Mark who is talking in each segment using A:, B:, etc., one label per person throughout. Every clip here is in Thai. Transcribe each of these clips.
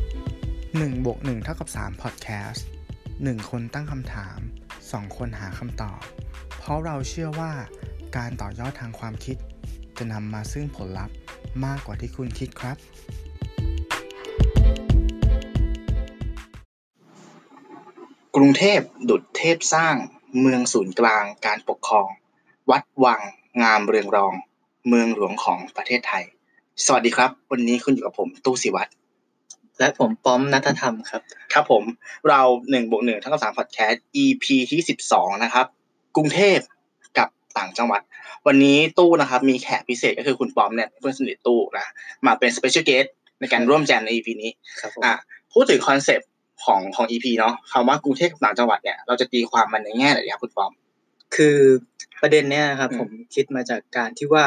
A: 1บวก1เท่ากับ3 Podcast 1 คนตั้งคำถาม 2 คนหาคำตอบ เพราะเราเชื่อว่าการต่อยอดทางความคิด จะนำมาซึ่งผลลัพธ์มากกว่าที่คุณคิดครับ
B: กรุงเทพดุจเทพสร้าง เมืองศูนย์กลางการปกครอง วัดวังงามเรืองรอง เมืองหลวงของประเทศไทย สวัสดีครับ วันนี้คุณอยู่กับผมตู้สิวัตร
C: และผมป้อมนัทธรรมครับ
B: ครับผมเราหนึ่งบวกหนึ่งเท่ากับสามพอดแคสต์ EP ที่สิบสองนะครับ กรุงเทพกับต่างจังหวัด วันนี้ตู้นะครับ มีแขกพิเศษก็คือคุณปอมเนี่ยเพื่อนสนิทตู้นะมาเป็นสเปเชียลเกสในการร่วมแจมใน EP นี้
C: ครับผม
B: อ่ะพูดถึงคอนเซปต์ของของ EP เนาะคำว่ากรุงเทพกับต่างจังหวัดเนี่ยเราจะตีความมันในแง่ไหนดีครับคุณปอม
C: คือประเด็นเนี้ยครับ
B: อืม
C: ผมคิดมาจากการที่ว่า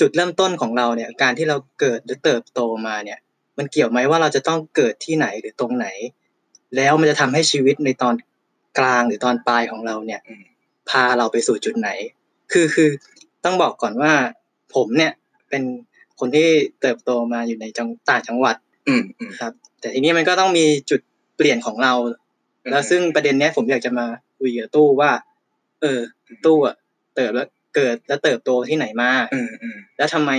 C: จุดเริ่มต้นของเราเนี่ย การที่เราเกิดหรือเติบโตมาเนี่ย มันเกี่ยวไหมว่าเราจะต้องเกิดที่ไหนหรือตรงไหน แล้วมันจะทำให้ชีวิตในตอนกลางหรือตอนปลายของเราเนี่ย พาเราไปสู่จุดไหน คือคือต้องบอกก่อนว่า ผมเนี่ยเป็นคนที่เติบโตมาอยู่ในจังต่างจังหวัด
B: อืมอืม
C: ครับแต่ทีนี้มันก็ต้องมีจุดเปลี่ยนของเรา
B: อืม
C: แล้วซึ่งประเด็นเนี้ยผมอยากจะมาคุยกับตู้ว่า เออ
B: อืม
C: ตู้อะเติบแล้วเกิดแล้วเติบโตที่ไหนมา
B: อืมอืม
C: แล้วทำไม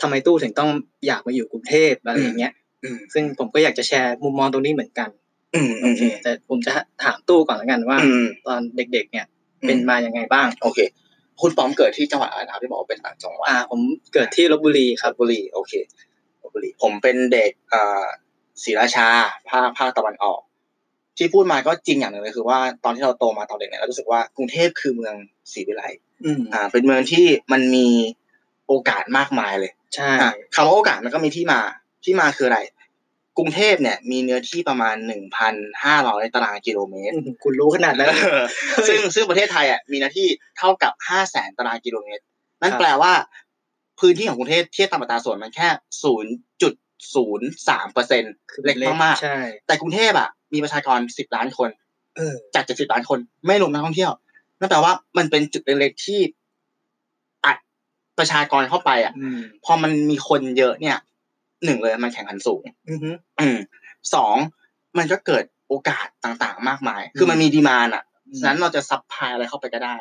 C: ทำไมตู้ถึงต้องอยากมาอยู่กรุงเทพอะไรอย่างเงี้ย
B: อืม
C: ซึ่งผมก็อยากจะแชร์มุมมองตรงนี้เหมือนกัน
B: อืม
C: โอ
B: อืม
C: เคแต่ผมจะถามตู้ก่อนแล้วกันว่า
B: อืม
C: ตอนเด็ก ๆ เนี่ย เป็นมายังไงบ้าง
B: โอเค คุณปอมเกิดที่จังหวัดอะไรนะครับที่บอกว่าเป็นต่างจังหวัด
C: อ่า ผมเกิดที่ลบบุรีครับ
B: ลพบุรีโอเคลพบุรีผมเป็นเด็กอ่าศรีราชาภาคภาคตะวันออก ที่พูดมาก็จริงอย่างหนึ่งเลยคือว่าตอนที่เราโตมาตอนเด็กเนี่ยเรารู้สึกว่ากรุงเทพคือเมืองศรีวิไลย์
C: อืม
B: อ่า เป็นเมืองที่มันมีโอกาสมากมายเลย
C: ใช่
B: อ่ะคำว่าโอกาสมันก็มีที่มาที่มาคืออะไร กรุงเทพเนี่ย มีเนื้อที่ประมาณหนึ่งพันห้าร้อยตารางกิโลเมตร
C: อืมคุณรู้ขนาดนั้น
B: ซึ่งซึ่งประเทศไทยอ่ะมีเนื้อที่เท่ากับห้าแสนตารางกิโลเมตร นั่น
C: ครับ
B: แปลว่า พื้นที่ของกรุงเทพเทียบตามอัตราส่วนมันแค่ศูนย์จุดศูนย์สามเปอร์เซ็นต์
C: คือ
B: เล็กมาก
C: ใช่
B: ๆแต่กรุงเทพอ่ะมีประชากรสิบล้านคน
C: เออ
B: จากเจ็ดสิบล้านคนไม่รวมนักท่องเที่ยวนั่นแปลว่ามันเป็นจุดเล็กๆที่อัดประชากรเข้าไปอ่ะ
C: อืม
B: พอมันมีคนเยอะเนี่ยหนึ่งเลยมันแข่งขันสูง
C: อือฮึ
B: อืมสองมันก็เกิดโอกาสต่างๆ มากมาย คือมันมีดีมานอ่ะฉะนั้นเราจะซัพพลายอะไรเข้าไปก็ได้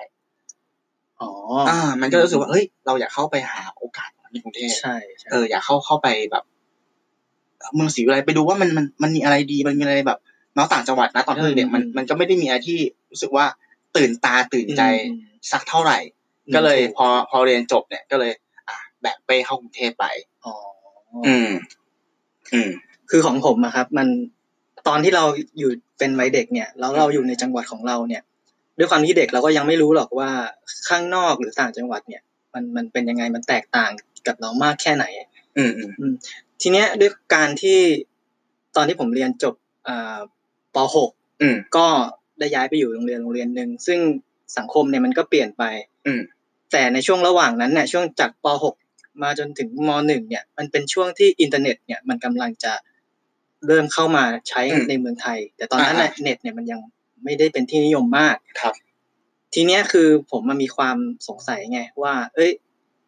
C: อ๋อ
B: อ่ามันก็รู้สึกว่าเฮ้ยเราอยากเข้าไปหาโอกาสในกรุงเทพ
C: ใช่ใช่
B: เอออยากเข้าเข้าไปแบบเมืองศรีวิไลไปดูว่ามันมันมันมีอะไรดีมันมีอะไรแบบเนอกต่างจังหวัดนะตอนที่เราเด็กมันมันก็ไม่ได้มีอะไรที่รู้สึกว่าตื่นตาตื่นใจ
C: อืม
B: สักเท่าไหร่
C: อืม
B: ก็เลยพอพอเรียนจบเนี่ยก็เลย อ่ะแบกเป้เข้ากรุงเทพไป
C: อ๋อ
B: อืม อืม
C: คือของผมอะครับ มันตอนที่เราอยู่เป็นวัยเด็กเนี่ยแล้วเราอยู่ในจังหวัดของเราเนี่ย ด้วยความที่เด็กเราก็ยังไม่รู้หรอกว่าข้างนอกหรือต่างจังหวัดเนี่ย มันมันเป็นยังไงมันแตกต่างกับเรามากแค่ไหน
B: อืมอืม
C: ทีเนี้ยด้วยการที่ตอนที่ผมเรียนจบอ่าป .6
B: อืม
C: ก็ได้ย้ายไปอยู่โรงเรียนโรงเรียนหนึ่งซึ่งสังคมเนี่ยมันก็เปลี่ยนไป
B: อืม
C: แต่ในช่วงระหว่างนั้นเนี่ยช่วงจากป .6 มาจนถึงม .1 เนี่ย มันเป็นช่วงที่อินเทอร์เน็ตเนี่ยมันกำลังจะเริ่มเข้ามาใช้
B: อืม
C: ในเมืองไทย แต่ตอนนั้น
B: อ่า
C: น่ะเน็ตเนี่ยมันยังไม่ได้เป็นที่นิยมมาก
B: ครับ
C: ทีเนี้ยคือผมมันมีความสงสัยไงว่า เอ้ย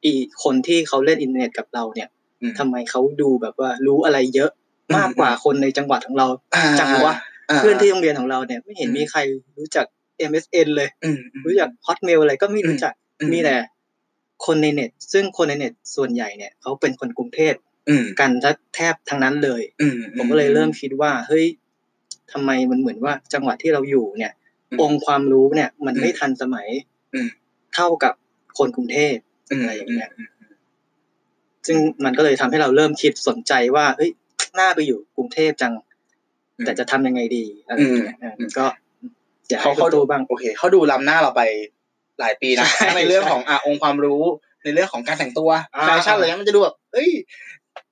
C: อีคนที่เขาเล่นอินเทอร์เน็ตกับเราเนี่ย
B: อืม
C: ทำไมเขาดูแบบว่ารู้อะไรเยอะมากกว่าคนในจังหวัดของเรา
B: อ่า
C: จังวะ เพื่อนที่โรงเรียนของเราเนี่ยไม่เห็น
B: อืม
C: มีใครรู้จัก MSN เลย
B: อืมอืม
C: รู้จัก Hotmail อะไรก็ไม่รู้จัก
B: อืม
C: มีแต่คนในเน็ต ซึ่งคนในเน็ตส่วนใหญ่เนี่ยเขาเป็นคนกรุงเทพ
B: อืม
C: กันแทบทั้งนั้นเลย
B: อืม
C: ผมก็เลยเริ่มคิดว่าเฮ้ยทำไมมันเหมือนว่าจังหวัดที่เราอยู่เนี่ย
B: อืม
C: องค์ความรู้เนี่ย มัน
B: อืม
C: ไม่ทันสมัย
B: อืม
C: เท่ากับคนกรุงเทพ
B: ม
C: อะไรอย่างเงี้ย ซึ่งมันก็เลยทำให้เราเริ่มคิดสนใจว่าเฮ้ยน่าไปอยู่กรุงเทพจัง
B: อืม
C: แต่จะทำยังไงดีอะไรอย่างเงี้ย
B: อืม
C: ก็ อยาก
B: เขา
C: ให้
B: เขา
C: เขา
B: ดู
C: ดู
B: บ้า
C: บ้าง ง
B: โอเคเขาดูล้ำหน้าเราไปหลายปีนะ
C: ใช่
B: ทั้งในเรื่องของอ่ะองค์ความรู้ในเรื่องของการแต่งตัว
C: อ่า
B: แฟชั่นอะไรเงี้ยมันจะดูแบบเอ้ย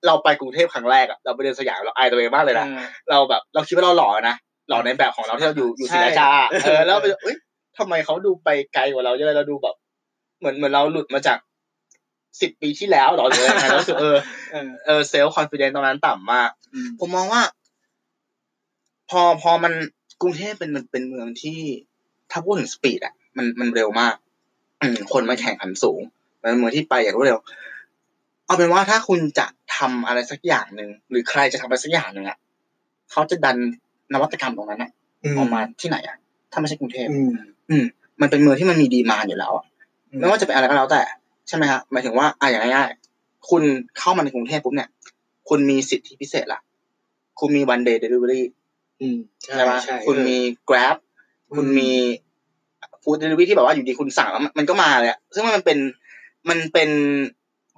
B: เราไปกรุงเทพครั้งแรกอะเราไปเดินสยามเราอายตัวเองมากเลยนะเราแบบ เราคิดว่าเราหล่อนะหล่อในแบบของเราที่เราอยู่อยู่ศรีราชาเอ อแล้วไปเอ้ยทำไมเขาดูไปไกลกว่าเราเยอะเราดูแบบ เหมือนเหมือนเราหลุดมาจากสิบปีที่แล้วหรอหรืออะไรเราสึกเออ
C: เออ
B: เออเซลล์คอนฟิเดนซ์ตรงนั้นต่ำมาก
C: อืม
B: ผมมองว่า พอพอมันกรุงเทพเป็นมันเป็นเมืองที่ถ้าพูดถึงสปีดอ่ะ มันมันเร็วมากอืมคนมาแข่งขันสูงมันเป็นเมืองที่ไปอย่างรวดเร็ว เอาเป็นว่าถ้าคุณจะทำอะไรสักอย่างหนึ่งหรือใครจะทำอะไรสักอย่างหนึ่งอ่ะ เขาจะดันนวัตกรรมตรงนั้นอะออกมาที่ไหนอะถ้าไม่ใช่กรุงเทพ อืมมันเป็นเมืองที่มันมีดีมานอยู่แล้วอะ
C: อืม
B: ไม่ว่าจะเป็นอะไรก็แล้วแต่ ใช่ไหมฮะหมายถึงว่าอ่ะอย่างง่ายๆคุณเข้ามาในกรุงเทพปุ๊บเนี่ย คุณมีสิทธิพิเศษละคุณมีวันเดย์เดลิเวอรี่
C: อืมใช่
B: ใช่ไหม
C: ใช่
B: คุณมี Grab คุณมีฟู้ดเดลิเวอรี่ที่แบบว่าอยู่ดีคุณสั่งแล้วมันก็มาเลยอะซึ่งมันเป็นมันเป็น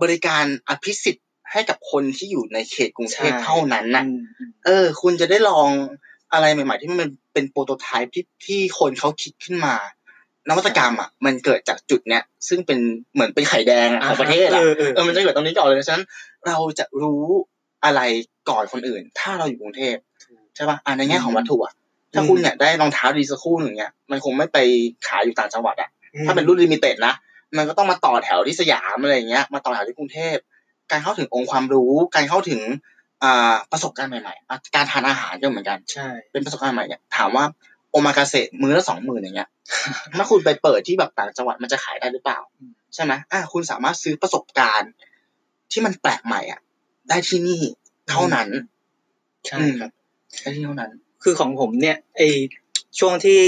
B: บริการอภิสิทธิ์ให้กับคนที่อยู่ในเขตกรุงเทพ
C: ใช่
B: เท่านั้นนะ
C: อืม
B: เออ คุณจะได้ลองอะไรใหม่ ๆ ที่มันเป็นโปรโตไทป์ที่ที่คนเขาคิดขึ้นมา นวัตกรรมอ่ะ มันเกิดจากจุดเนี้ยซึ่งเป็นเหมือนเป็นไข่แดงอะของประเทศ
C: เอ
B: อ่ะ
C: อเออ
B: เออมันจะเกิดตรงนี้ก่อนเลยนะฉะนั้น เราจะรู้อะไรก่อนคนอื่น ถ้าเราอยู่กรุงเทพใช่ป่ะอ่ะในแง่ของวัตถุอ่ะถ้าคุณเนี่ยได้รองเท้าดีสักคู่หนึ่งเนี่ยมันคงไม่ไปขายอยู่ต่างจังหวัดอ่ะ ถ้าเป็นรุ่นลิมิเต็ดนะ มันก็ต้องมาต่อแถวที่สยามอะไรอย่างเงี้ย มาต่อแถวที่กรุงเทพ การเข้าถึงองค์ความรู้ การเข้าถึงอ่าประสบการณ์ใหม่ๆอ่ะการทานอาหารก็เหมือนกัน
C: ใช่
B: เป็นประสบการณ์ใหม่เนี่ย ถามว่าโอมากาเสะมื้อละสองหมื่นอย่างเงี้ย ถ้าคุณไปเปิดที่แบบต่างจังหวัดมันจะขายได้หรือเปล่า ใช่ไหมอ่ะคุณสามารถซื้อประสบการณ์ ที่มันแปลกใหม่อ่ะ ได้ที่นี่เท่านั้น
C: ใช่ครับ
B: ได้ที่เท่านั้น
C: คือของผมเนี่ยไอช่วงที่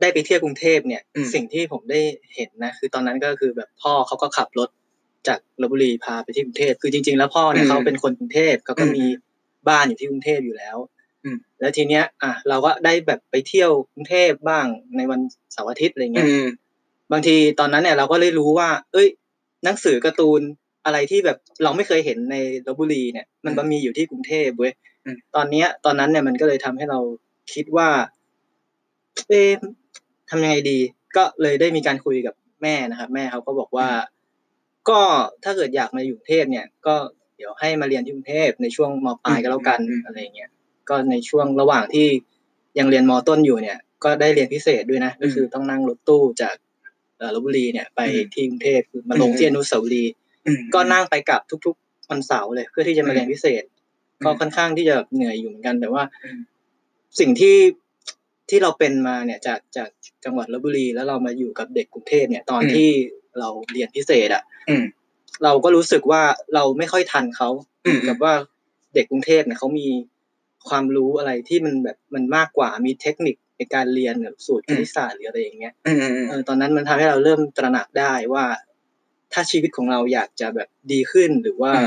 C: ได้ไปเที่ยวกรุงเทพเนี่ย
B: อืม
C: สิ่งที่ผมได้เห็นนะ คือตอนนั้นก็คือแบบพ่อเขาก็ขับรถจากลบบุรีพาไปที่กรุงเทพคือจริง ๆ แล้วพ่อเนี่ย
B: อืม
C: เขาเป็นคนกรุงเทพเขาก็
B: อืม
C: มีบ้านอยู่ที่กรุงเทพอยู่แล้ว
B: อืม
C: แล้วทีเนี้ย อ่ะเราก็ได้แบบไปเที่ยวกรุงเทพบ้างในวันเสาร์อาทิตย์อะไรเงี้
B: อื
C: ย
B: ม
C: บางทีตอนนั้นเนี่ยเราก็เลยรู้ว่า เอ้ย หนังสือการ์ตูนอะไรที่แบบเราไม่เคยเห็นในลบบุรีเนี่ย มัน
B: อืม
C: มามีอยู่ที่กรุงเทพเว้ย
B: อืม
C: ตอนเนี้ย ตอนนั้นเนี่ยมันก็เลยทำให้เราคิดว่า เอ๊ะทำยังไงดี ก็เลยได้มีการคุยกับแม่นะครับ แม่เขาก็บอกว่า ก็ถ้าเกิดอยากมาอยู่กรุงเทพเนี่ย ก็เดี๋ยวให้มาเรียนที่กรุงเทพในช่วงมปลายก็แล้วกัน
B: อืมอืม
C: อะไรอย่างเงี้ย ก็ในช่วงระหว่างที่ยังเรียนมต้นอยู่เนี่ย ก็ได้เรียนพิเศษด้วยนะ ก็คือต้องนั่งรถตู้จากเอ่อลพบุรีเนี่ย ไปที่กรุงเทพคือมาลงที่อนุสาวรีย์
B: อืม
C: ก็นั่งไปกลับทุก ๆ วันเสาร์เลย เพื่อที่จะมาเรียนพิเศษ ก็ค่อนข้างที่จะเหนื่อยอยู่เหมือนกันแต่ว่า
B: อืม
C: สิ่งที่ที่เราเป็นมาเนี่ยจากจากจังหวัดลบบุรี แล้วเรามาอยู่กับเด็กกรุงเทพเนี่ย ตอนที่เราเรียนพิเศษอ่ะ
B: อืม
C: เราก็รู้สึกว่าเราไม่ค่อยทันเขา
B: อืม
C: กับว่าเด็กกรุงเทพเนี่ยเขามีความรู้อะไรที่มันแบบมันมากกว่ามีเทคนิคในการเรียนแบบสูตรคณิตศาสตร์หรืออะไรอย่างเงี้ย
B: อืมอืมอืม
C: เออตอนนั้นมันทำให้เราเริ่มตระหนักได้ว่า ถ้าชีวิตของเราอยากจะแบบดีขึ้นหรือว่า
B: อืม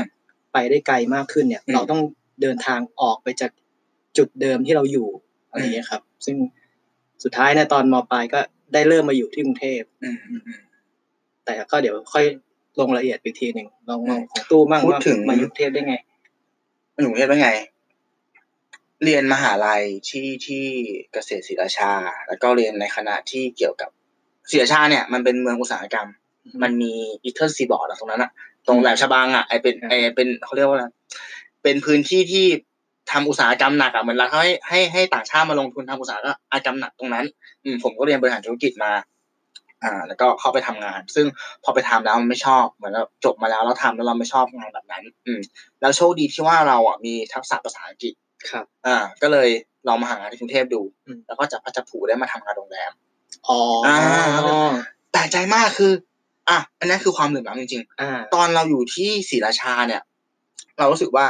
C: ไปได้ไกลมากขึ้นเนี่ย
B: อืม
C: เราต้องเดินทางออกไปจากจุดเดิมที่เราอยู่อะไรอย่างเงี้ยครับ ซึ่งสุดท้ายเนยตอนมปลายก็ได้เริ่มมาอยู่ที่กรุงเทพ
B: อืมอืมอืม
C: แต่ก็เดี๋ยวค่อยลงรายละเอียดอีกทีหนึ่งลองลองของตู้บ้าง
B: พูด
C: ว่า
B: ถึง
C: มายุคเทพได้ไง
B: หนูเรียนว่าไง เรียนมหาลัยที่ที่เกษตรศิลาชา แล้วก็เรียนในคณะที่เกี่ยวกับศิลาชาเนี่ย มันเป็นเมืองอุตสาหกรรม มันมีอีเทอร์ซีบอร์ดตรงนั้นอะตรงแหลมฉบังอะไอเป็น
C: ครับ
B: ไอเป็นเขาเรียกว่าอะไรเป็นพื้นที่ที่ทำอุตสาหกรรมหนักอะเหมือนรัฐให้ให้ให้ต่างชาติมาลงทุนทำอุตสาหกรรมหนักตรงนั้น อืมผมก็เรียนบริหารธุรกิจมา อ่า แล้วก็เข้าไปทำงาน ซึ่งพอไปทำแล้วมันไม่ชอบ เหมือนเราจบมาแล้วเราทำแล้วเราไม่ชอบงานแบบนั้น อืม แล้วโชคดีที่ว่าเราอ่ะมีทักษะภาษาอังกฤษ
C: ครับ
B: อ่า ก็เลยลองมาหางานที่กรุงเทพดู
C: อืม
B: แล้วก็จากพัชผูได้มาทำงานโรงแรม
C: อ๋อ
B: อ่า
C: อ่า
B: แปลกใจมากคือ อ่ะ อันนี้คือความเหลื่อมล้ำจริง
C: อ่า
B: ๆ ตอนเราอยู่ที่ศรีราชาเนี่ย เรารู้สึกว่า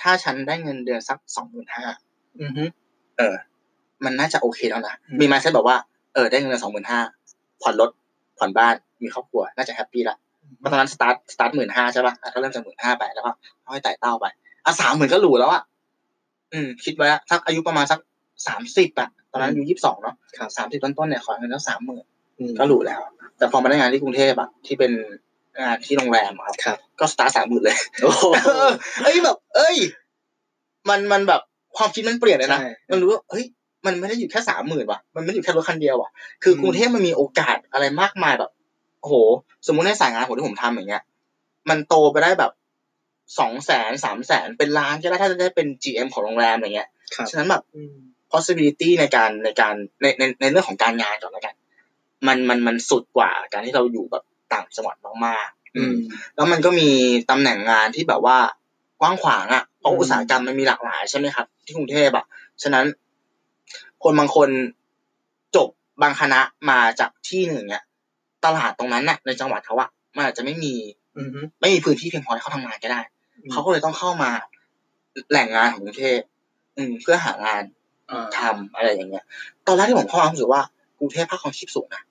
B: ถ้าฉันได้เงินเดือนสักสองหมื่นห้า
C: อือฮึ
B: เออ มันน่าจะโอเคแล้วนะ
C: อืม
B: มีมาเซ็ตบอกว่า เออ ได้เงินสองหมื่นห้า ผ่อนรถ ผ่อนบ้าน มีครอบครัว น่าจะแฮปปี้ละเพราะตอนนั้นสตาร์ท สตาร์ทหมื่นห้าใช่ป่ะอ่ะก็เริ่มจากหมื่นห้าไป แล้วก็ค่อยไต่เต้าไป อ่ะสามหมื่นก็หลูแล้วอ่ะ อืม คิดไว้ละสักอายุประมาณสักสามสิบอ่ะ ตอนนั้นอายุยี่สิบสองเนาะ
C: ครับ
B: สามสิบต้นๆเนี่ย ขอเงินแล้วสามหมื่น
C: อืม
B: ก็หลูแล้ว แต่พอมาได้งานที่กรุงเทพอ่ะ ที่เป็นงานที่โรงแรมอะครับ
C: ครับ
B: ก็สตาร์ทสามหมื่นเลย
C: โอ้โห
B: เออเอ้ยแบบ เอ้ย มันมันแบบความคิดมันเปลี่ยนเลยนะ
C: ใช่
B: มันรู้ว่าเฮ้ยมันไม่ได้อยู่แค่สามหมื่นว่ะมันไม่ได้อยู่แค่รถคันเดียวว่ะคืออ
C: ม
B: กรุงเทพมันมีโอกาสอะไรมากมายแบบโอ้โห สมมุติในสายงานผมที่ผมทำอย่างเงี้ย มันโตไปได้แบบสองแสนสามแสนเป็นล้านก็ได้ถ้าจะได้เป็น GM ของโรงแรมอย่างเงี้ย
C: ครับ
B: ฉะนั้นแบบ
C: อืม
B: possibility ในการในการในในในเรื่องของการงานก่อนแล้วกัน มันมันมันสุดกว่าการที่เราอยู่แบบต่างจังหวัดมากๆอื
C: อื
B: ม
C: ม
B: แล้วมันก็มีตำแหน่งงานที่แบบว่ากว้างขวางอะ่ะเพราะ
C: อืม
B: อุตสาหกรรมมันมีหลากหลายใช่ไหมครับ ที่กรุงเทพอะ่ะฉะนั้น คนบางคนจบบางคณะมาจากที่หนึ่งเนี่ยตลาดตรงนั้นน่ะ ในจังหวัดเขาอะมันอาจจะไม่มี
C: อือฮึ
B: ไม่มีพื้นที่เพียงพอให้เขาทำงานก็ได้ เขาก็เลยต้องเข้ามาแหล่งงานของกรุงเทพ อืมเพื่อหางาน
C: อ่า
B: ทำอะไรอย่างเงี้ย ตอนแรกที่ผมเข้ามาผมรู้สึกว่ากรุงเทพค่าครองชีพสูงนะ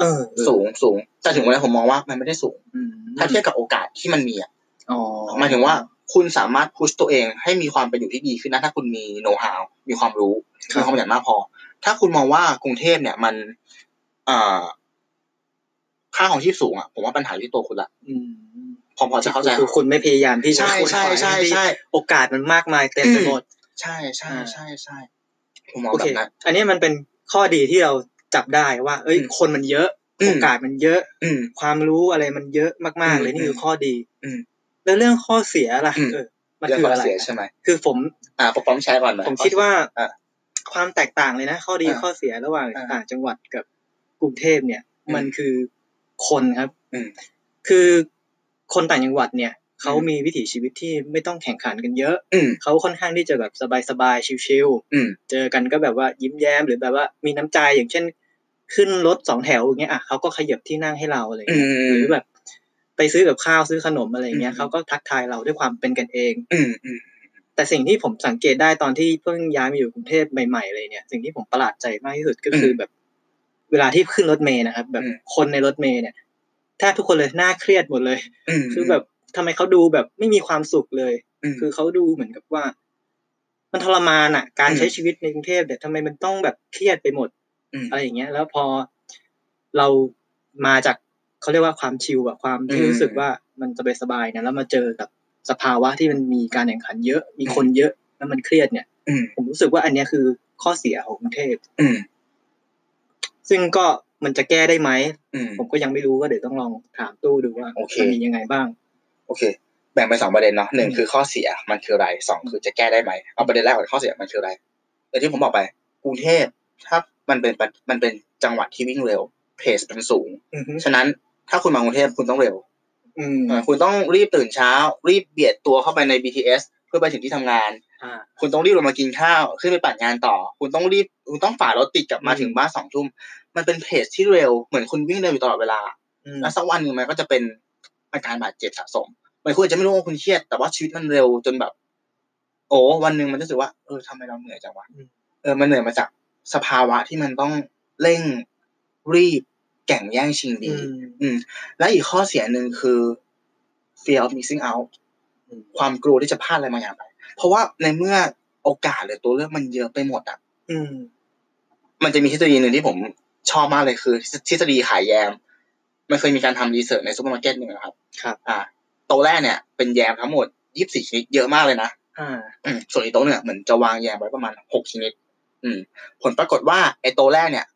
C: เออ
B: สูงสูงแต่ถึงวันนี้ผมมองว่ามันไม่ได้สูง
C: อืม
B: ถ้าเทียบกับโอกาสที่มันมีอ่ะ
C: อ๋อ
B: หมายถึงว่าคุณสามารถพุชตัวเองให้มีความเป็นอยู่ที่ดีขึ้นนะถ้าคุณมีโน้ตฮาวมีความรู้มีความขยันมากพอ ถ้าคุณมองว่ากรุงเทพเนี่ยมันเอ่อค่าของชีพสูงอ่ะผมว่าปัญหาอยู่ที่ตัวคุณละ
C: อืม
B: ผมพอจะเข้าใจ
C: คือคุณไม่พยายามที่จะ
B: ใช่ใช่ใช่ใช่
C: โอกาสมันมากมายเต็มไปหมด
B: ใช่ใช่ใช่ใช่ผมมอง
C: โอ
B: แบ
C: เค
B: บนั้น
C: อันนี้มันเป็นข้อดีที่เราจับได้ว่า เอ้ย
B: อืม
C: คนมันเยอะ
B: อืม
C: โอกาสมันเยอะ
B: อืม
C: ความรู้อะไรมันเยอะมาก ๆ เล
B: อื
C: ย
B: ม
C: นี่คือข้อดี
B: อืม
C: แล้วเรื่องข้อเสียล่ะ
B: อืม
C: เออ มัน
B: เรื่อง
C: คือ
B: ความ
C: อะไร
B: เสียใช่ไหม
C: คือผม
B: อ่าปกป้องใช้ก่อนไหม
C: ผมคิดว่า
B: อ่ะ
C: ความแตกต่างเลยนะ ข้อดี
B: อ่ะ
C: ข้อเสียระหว่าง
B: อ่ะ
C: ต่างจังหวัดกับกรุงเทพเนี่ย
B: อืม
C: มันคือคนครับ
B: อืม
C: คือคนต่างจังหวัดเนี่ยเขา
B: อืม
C: มีวิถีชีวิตที่ไม่ต้องแข่งขันกันเยอะ
B: อืม
C: เขาค่อนข้างที่จะแบบสบายๆ ชิล
B: อืม
C: ๆ เจอกันก็แบบว่ายิ้มแย้มหรือแบบว่ามีน้ำใจอย่างเช่น ขึ้นรถสองแถวอย่างเงี้ยอ่ะเขาก็ขยับที่นั่งให้เราอะไร
B: อื
C: เงี้
B: ม
C: ยหรือแบบ ไปซื้อกับข้าวซื้อขนมอะไรเงี้
B: อืม
C: ยเขาก็ทักทายเราด้วยความเป็นกันเอง
B: อืมอืม
C: แต่สิ่งที่ผมสังเกตได้ตอนที่เพิ่งย้ายมาอยู่กรุงเทพใหม่ๆเลยเนี่ยสิ่งที่ผมประหลาดใจมากที่สุดก็คืออแบบ เวลาที่ขึ้นรถเมย์นะครับ แบบ
B: อืม
C: คนในรถเมย์เนี่ยแทบทุกคนเลยน่าเครียดหมดเลย
B: อืม
C: คือแบบทำไมเขาดูแบบไม่มีความสุขเลย
B: ม
C: คือเขาดูเหมือนกับว่า มันทรมานอ่ะ การ
B: อืม
C: ใช้ชีวิตในกรุงเทพเนี่ยทำไมมันต้องแบบเครียดไปหมด
B: อืม
C: อะไรอย่างเงี้ย แล้วพอเรามาจากเขาเรียกว่าความชิลอะความที่
B: อืม
C: รู้สึกว่ามันสบายสบายๆนะแล้วมาเจอกับสภาวะที่มันมีการแข่งขันเยอะ มีคนเยอะ แล้วมันเครียดเนี่ย
B: อืม
C: ผมรู้สึกว่าอันเนี้ยคือข้อเสียของกรุงเทพ
B: อืม
C: ซึ่งก็มันจะแก้ได้ไหม
B: อืม
C: ผมก็ยังไม่รู้ว่าเดี๋ยวต้องลองถามตู้ดูว่า
B: โอเค
C: มันมียังไงบ้าง
B: โอเค แบ่งเป็นสองประเด็นเนาะหนึ่ง
C: อืม
B: คือข้อเสียมันคืออะไรสองคือจะแก้ได้ไหมเอาประเด็นแรกก่อนข้อเสียมันคืออะไรแต่ที่ผมบอกไปกรุงเทพถ้ามันเป็นประมันเป็นจังหวัดที่วิ่งเร็วเพสมันสูง
C: อือฮึ
B: ฉะนั้นถ้าคุณมากรุงเทพคุณต้องเร็ว
C: อืม
B: เออคุณต้องรีบตื่นเช้า รีบเบียดตัวเข้าไปใน BTS เพื่อไปถึงที่ทำงาน
C: อ่า
B: คุณต้องรีบลงมากินข้าว ขึ้นไปปั่นงานต่อ คุณต้องรีบคุณต้องฝ่ารถติดกลับมา
C: อืม
B: ถึงบ้านสองทุ่มมันเป็นเพจที่เร็วเหมือนคุณวิ่งเร็วอยู่ตลอดเวลา
C: อืม
B: แล้วสักวันหนึ่งมันก็จะเป็นอาการบาดเจ็บสะสมมันคุณอาจจะไม่รู้ว่าคุณเครียด แต่ว่าชีวิตมันเร็วจนแบบ โอ้วันหนึ่งมันรู้สึกว่าเออทำไมเราเหนื่อยจังวะเออมันเหนื่อยมาจากสภาวะที่มันต้องเร่งรีบแข่งแย่งชิงดี
C: อืม
B: และอีกข้อเสียหนึ่งคือ fear of missing out
C: อืม
B: ความกลัวที่จะพลาดอะไรบางอย่างไป เพราะว่าในเมื่อโอกาสหรือตัวเลือกมันเยอะไปหมดอ่ะ
C: อืม
B: มันจะมีทฤษฎีหนึ่งที่ผมชอบมากเลยคือทฤษฎีขายแยม มันเคยมีการทำรีเสิร์ชในซูเปอร์มาร์เก็ตหนึ่งนะครับ
C: ครับ
B: อ่าโต๊ะแรกเนี่ยเป็นแยมทั้งหมดยี่สิบสี่ชนิดเยอะมากเลยนะ
C: อ่า
B: อืมส่วนอีกโต๊ะเนี่ยเหมือนจะวางแยมไว้ประมาณหกชนิด อืม ผลปรากฏว่าไอ้โต๊ะแรกเนี่ย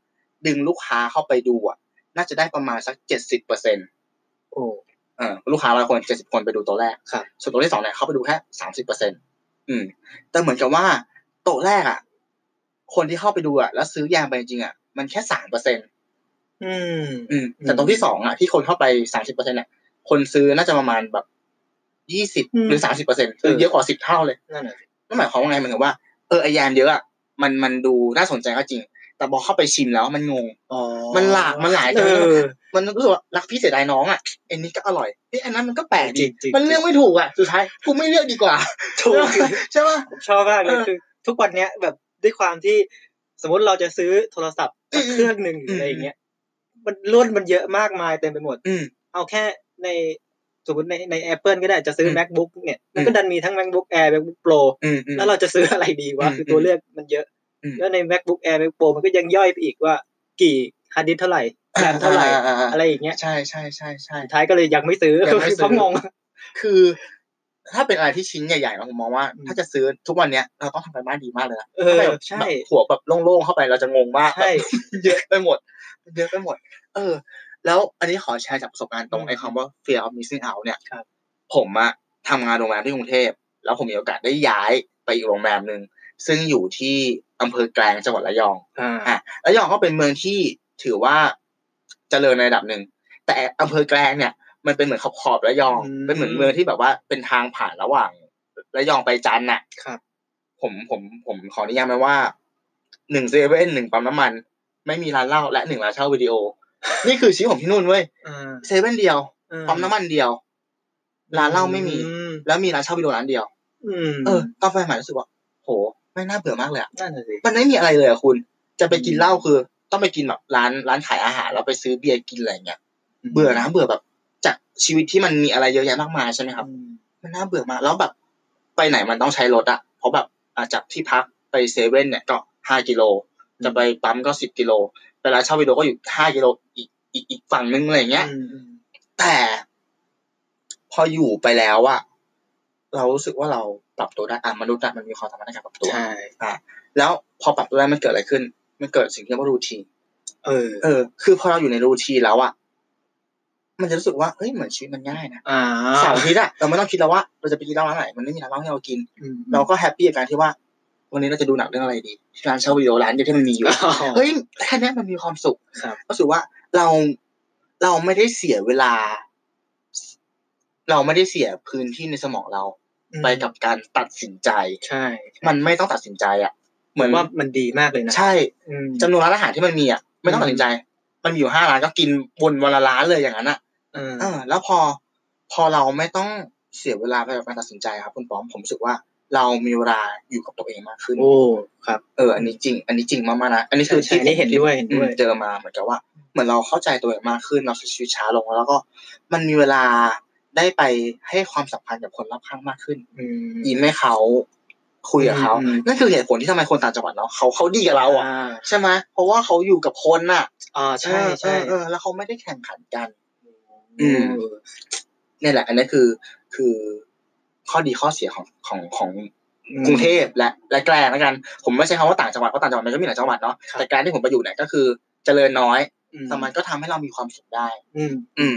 B: ดึงลูกค้าเข้าไปดูอ่ะ น่าจะได้ประมาณสักเจ็ดสิบเปอร์เซ็นต
C: โอ้
B: เออลูกค้าร้อยคนเจ็ดสิบคนไปดูโต๊ะแรก
C: ครับ
B: ส่วนโต๊ะที่สองเนี่ยเขาไปดูแค่สามสิบเปอร์เซ็นอืม แต่เหมือนกับว่าโต๊ะแรกอ่ะ คนที่เข้าไปดูอ่ะแล้วซื้อยางไปจริงๆอ่ะมันแค่สามเปอร์เซ็น
C: อืม
B: อืม แต่โต๊ะที่สองอ่ะที่คนเข้าไปสามสิบเปอร์เซ็นเนี่ยคนซื้อน่าจะประมาณแบบยี่สิบ
C: อืม
B: หรือสามสิบเปอร์เซ็นคือเยอะกว่าสิบเท่าเลย
C: นั่นแหละสิ
B: นั่นหมายความว่าไงเหมือนกับว่าเออไอยางเยอะอ่ะมันมันดูน่าสนใจก็จริง แต่พอเข้าไปชิมแล้วมันงง
C: อ๋อ
B: มันหลากมันหลายจั
C: เอง
B: เลย
C: อ
B: มันรู้สึกว่ารักพี่เสียดายน้องอ่ะไอันนี้ก็อร่อยไอ้ยอันนั้นมันก็แปลก
C: จริ
B: ดี
C: งจริง
B: มันเลือกไม่ถูกอ่ะสุดท้ายกูไม่เลือกดีกว่า
C: ถูกจริง
B: ใช่ปะ
C: ผมชอบมากเล
B: เอย อ
C: คือ ทุกวันเนี้ยแบบด้วยความที่สมมติเราจะซื้อโทรศัพท์สัก
B: อืม
C: เครื่องหนึ่งหรือ
B: ม
C: อะไรอย่างเงี้ยมันรุ่นมันเยอะมากมายเต็มไปหมด
B: อืม
C: เอาแค่ในสมมติในใน Apple ก็ได้จะซื้ออ
B: ม
C: MacBook เนี่ยมันก็ดันมีทั้ง MacBook Air MacBook Pro
B: อืมอืม
C: แล้วเราจะซื้ออะไรดีวะ
B: อืม
C: คือตัวเลือกมันเยอะ
B: อืม
C: แล้วใน MacBook Air MacBook Pro มันก็ยังย่อยไปอีกว่า กี่ฮาร์ดดิสก์เท่าไหร่แรมเท่าไหร่
B: อ่า
C: อะไรอย่างเงี้ย
B: ใช่ใช่ใช่ใช่
C: สุดท้ายก็เลยยังไม่ซื้อ
B: ยังไม่ซื้อ
C: เพราะงง
B: คือ ถ้าเป็นอะไรที่ชิ้นใหญ่ๆนะผมมองว่า
C: อืม
B: ถ้าจะซื้อทุกวันเนี้ยเราต้องทำการบ้านดีมากเลยนะ
C: เออ
B: ถ้าแบบ
C: ใช่
B: แบบหัวแบบโล่งๆเข้าไปเราจะงงมาก
C: ใช่
B: แบบ เยอะไปหมดเยอะไปหมด เออ แล้วอันนี้ขอแชร์จากประสบการณ์ตรง
C: อืม
B: ไอ้คำว่า fear of missing out เนี่ย
C: ครับ
B: ผมอะทำงานโรงแรมที่กรุงเทพแล้วผมมีโอกาสได้ย้ายไปอีกโรงแรมหนึ่งซึ่งอยู่ที่อำเภอแกลงจังหวัดระยอง
C: อ่า
B: อ่ะระยองก็เป็นเมืองที่ถือว่าเจริญในระดับหนึ่ง แต่อำเภอแกลงเนี่ย มันเป็นเหมือนขอบขอบๆระยอง
C: อืม
B: เป็นเหมือนเมืองที่แบบว่าเป็นทางผ่านระหว่างระยองไปจันทร์น่ะ
C: ครับ
B: ผมผมผมขออนุญาตไหมว่าหนึ่งเซเว่นหนึ่งปั๊มน้ำมัน ไม่มีร้านเหล้าและหนึ่งร้านเช่าวิดีโอ นี่คือชีวิตผมที่นู่นเว้ย
C: อ่า
B: เซเว่นเดียวปั๊มน้ำมันเดียว ร้านเหล้าไม่มี
C: อืม
B: แล้วมีร้านเช่าวิดีโอร้านเดียว
C: อืม
B: เออตอนไปใหม่รู้สึกว่า โห ไม่น่าเบื่อมากเลยอะ
C: นั่นน่ะสิ
B: มันไม่มีอะไรเลยอะคุณ จะไปกินเหล้าคือ ต้องไปกินแบบร้านร้านขายอาหารแล้วไปซื้อเบียร์กินอะไรอย่างเงี้ยเบื่อนะเบื่อแบบจากชีวิตที่มันมีอะไรเยอะแยะมากมายใช่ไหมครับ มันน่าเบื่อมากแล้วแบบไปไหนมันต้องใช้รถอะเพราะแบบอ่ะจากที่พักไปเซเว่นเนี่ยก็ห้ากิโลจะไปปั๊มก็สิบกิโลไปร้านเช่าวิดีโอก็อยู่ห้ากิโลอีกอีกอีกฝั่งนึงอะไรอย่างเงี้ย แต่พออยู่ไปแล้วอะเรารู้สึกว่าเราปรับตัวได้อ่ะมนุษย์อะมันมีความสามารถในการปรับตัว
C: ใช่
B: แล้วพอปรับตัวได้มันเกิดอะไรขึ้น มันเกิดสิ่งที่เรียกว่ารูทีน
C: เออ
B: เออ คือพอเราอยู่ในรูทีนแล้วอะมันจะรู้สึกว่าเฮ้ยเหมือนชีวิตมันง่ายนะ
C: อ่า
B: เสาร์อาทิตย์อะเราไม่ต้องคิดแล้วว่าเราจะไปกินเหล้าร้านไหนมันไม่มีร้านเหล้าให้เรากิน
C: อืม
B: เราก็แฮปปี้กับการที่ว่า วันนี้เราจะดูหนังเรื่องอะไรดีร้านเช่าวิดีโอร้านเดียวที่มันมีอยู่ เฮ้ยแค่เนี้ยมันมีความสุข
C: ครับ
B: รู้สึกว่าเราเราไม่ได้เสียเวลา เราไม่ได้เสียพื้นที่ในสมองเรา ไปกับการตัดสินใจ
C: ใช่
B: มันไม่ต้องตัดสินใจอ่ะ เหมือน
C: ว่ามันดีมากเลยนะ
B: ใช่
C: อืม
B: จำนวนร้านอาหารที่มันมีอ่ะไม่ต้องตัดสินใจ มันมีอยู่ห้าร้านก็กินวนวันละร้านเลยอย่างนั้นอ่ะ
C: เออ
B: เออ แล้วพอพอเราไม่ต้องเสียเวลาไปกับการตัดสินใจครับคุณป้อมผมรู้สึกว่า เรามีเวลาอยู่กับตัวเองมากขึ้น
C: โอ้ครับ
B: เออ อันนี้จริง อันนี้จริงมากๆนะ อันนี้
C: ใช่
B: คือ
C: ใช่
B: ที่
C: อันนี้เห็นด้วยเห็น
B: อื
C: ด้
B: ม
C: วย
B: เจอมาเหมือนกับว่า เหมือนเราเข้าใจตัวเองมากขึ้น เราใช้ชีวิตช้าลง แล้วก็มันมีเวลาได้ไปให้ความสัมพันธ์กับคนรอบข้างมากขึ้น
C: อืม
B: ยิ้มให้เขา คุยกับเขา
C: อืมอืม
B: นั่นคือเหตุผลที่ทำไมคนต่างจังหวัดเนาะเขาเขาดีกับเราอ่ะ
C: อ่า
B: ใช่ไหมเพราะว่าเขาอยู่กับคนน่ะ
C: อ่าใช่ใช่
B: เออเออเออแล้วเขาไม่ได้แข่งขันกัน อืม
C: เออ
B: นี่แหละ อันนี้คือคือข้อดีข้อเสียของของของ
C: อืม
B: กรุงเทพและและแกลงแล้วกัน ผมไม่ใช่คำว่าต่างจังหวัดเพราะต่างจังหวัดมันก็มีหลายจังหวัดเนาะ
C: ครับ
B: แต่การที่ผมไปอยู่เนี่ยก็คือเจริญน้อย
C: อื
B: แต่มันก็ทำให้เรามีความสุขได้
C: อืม
B: อืม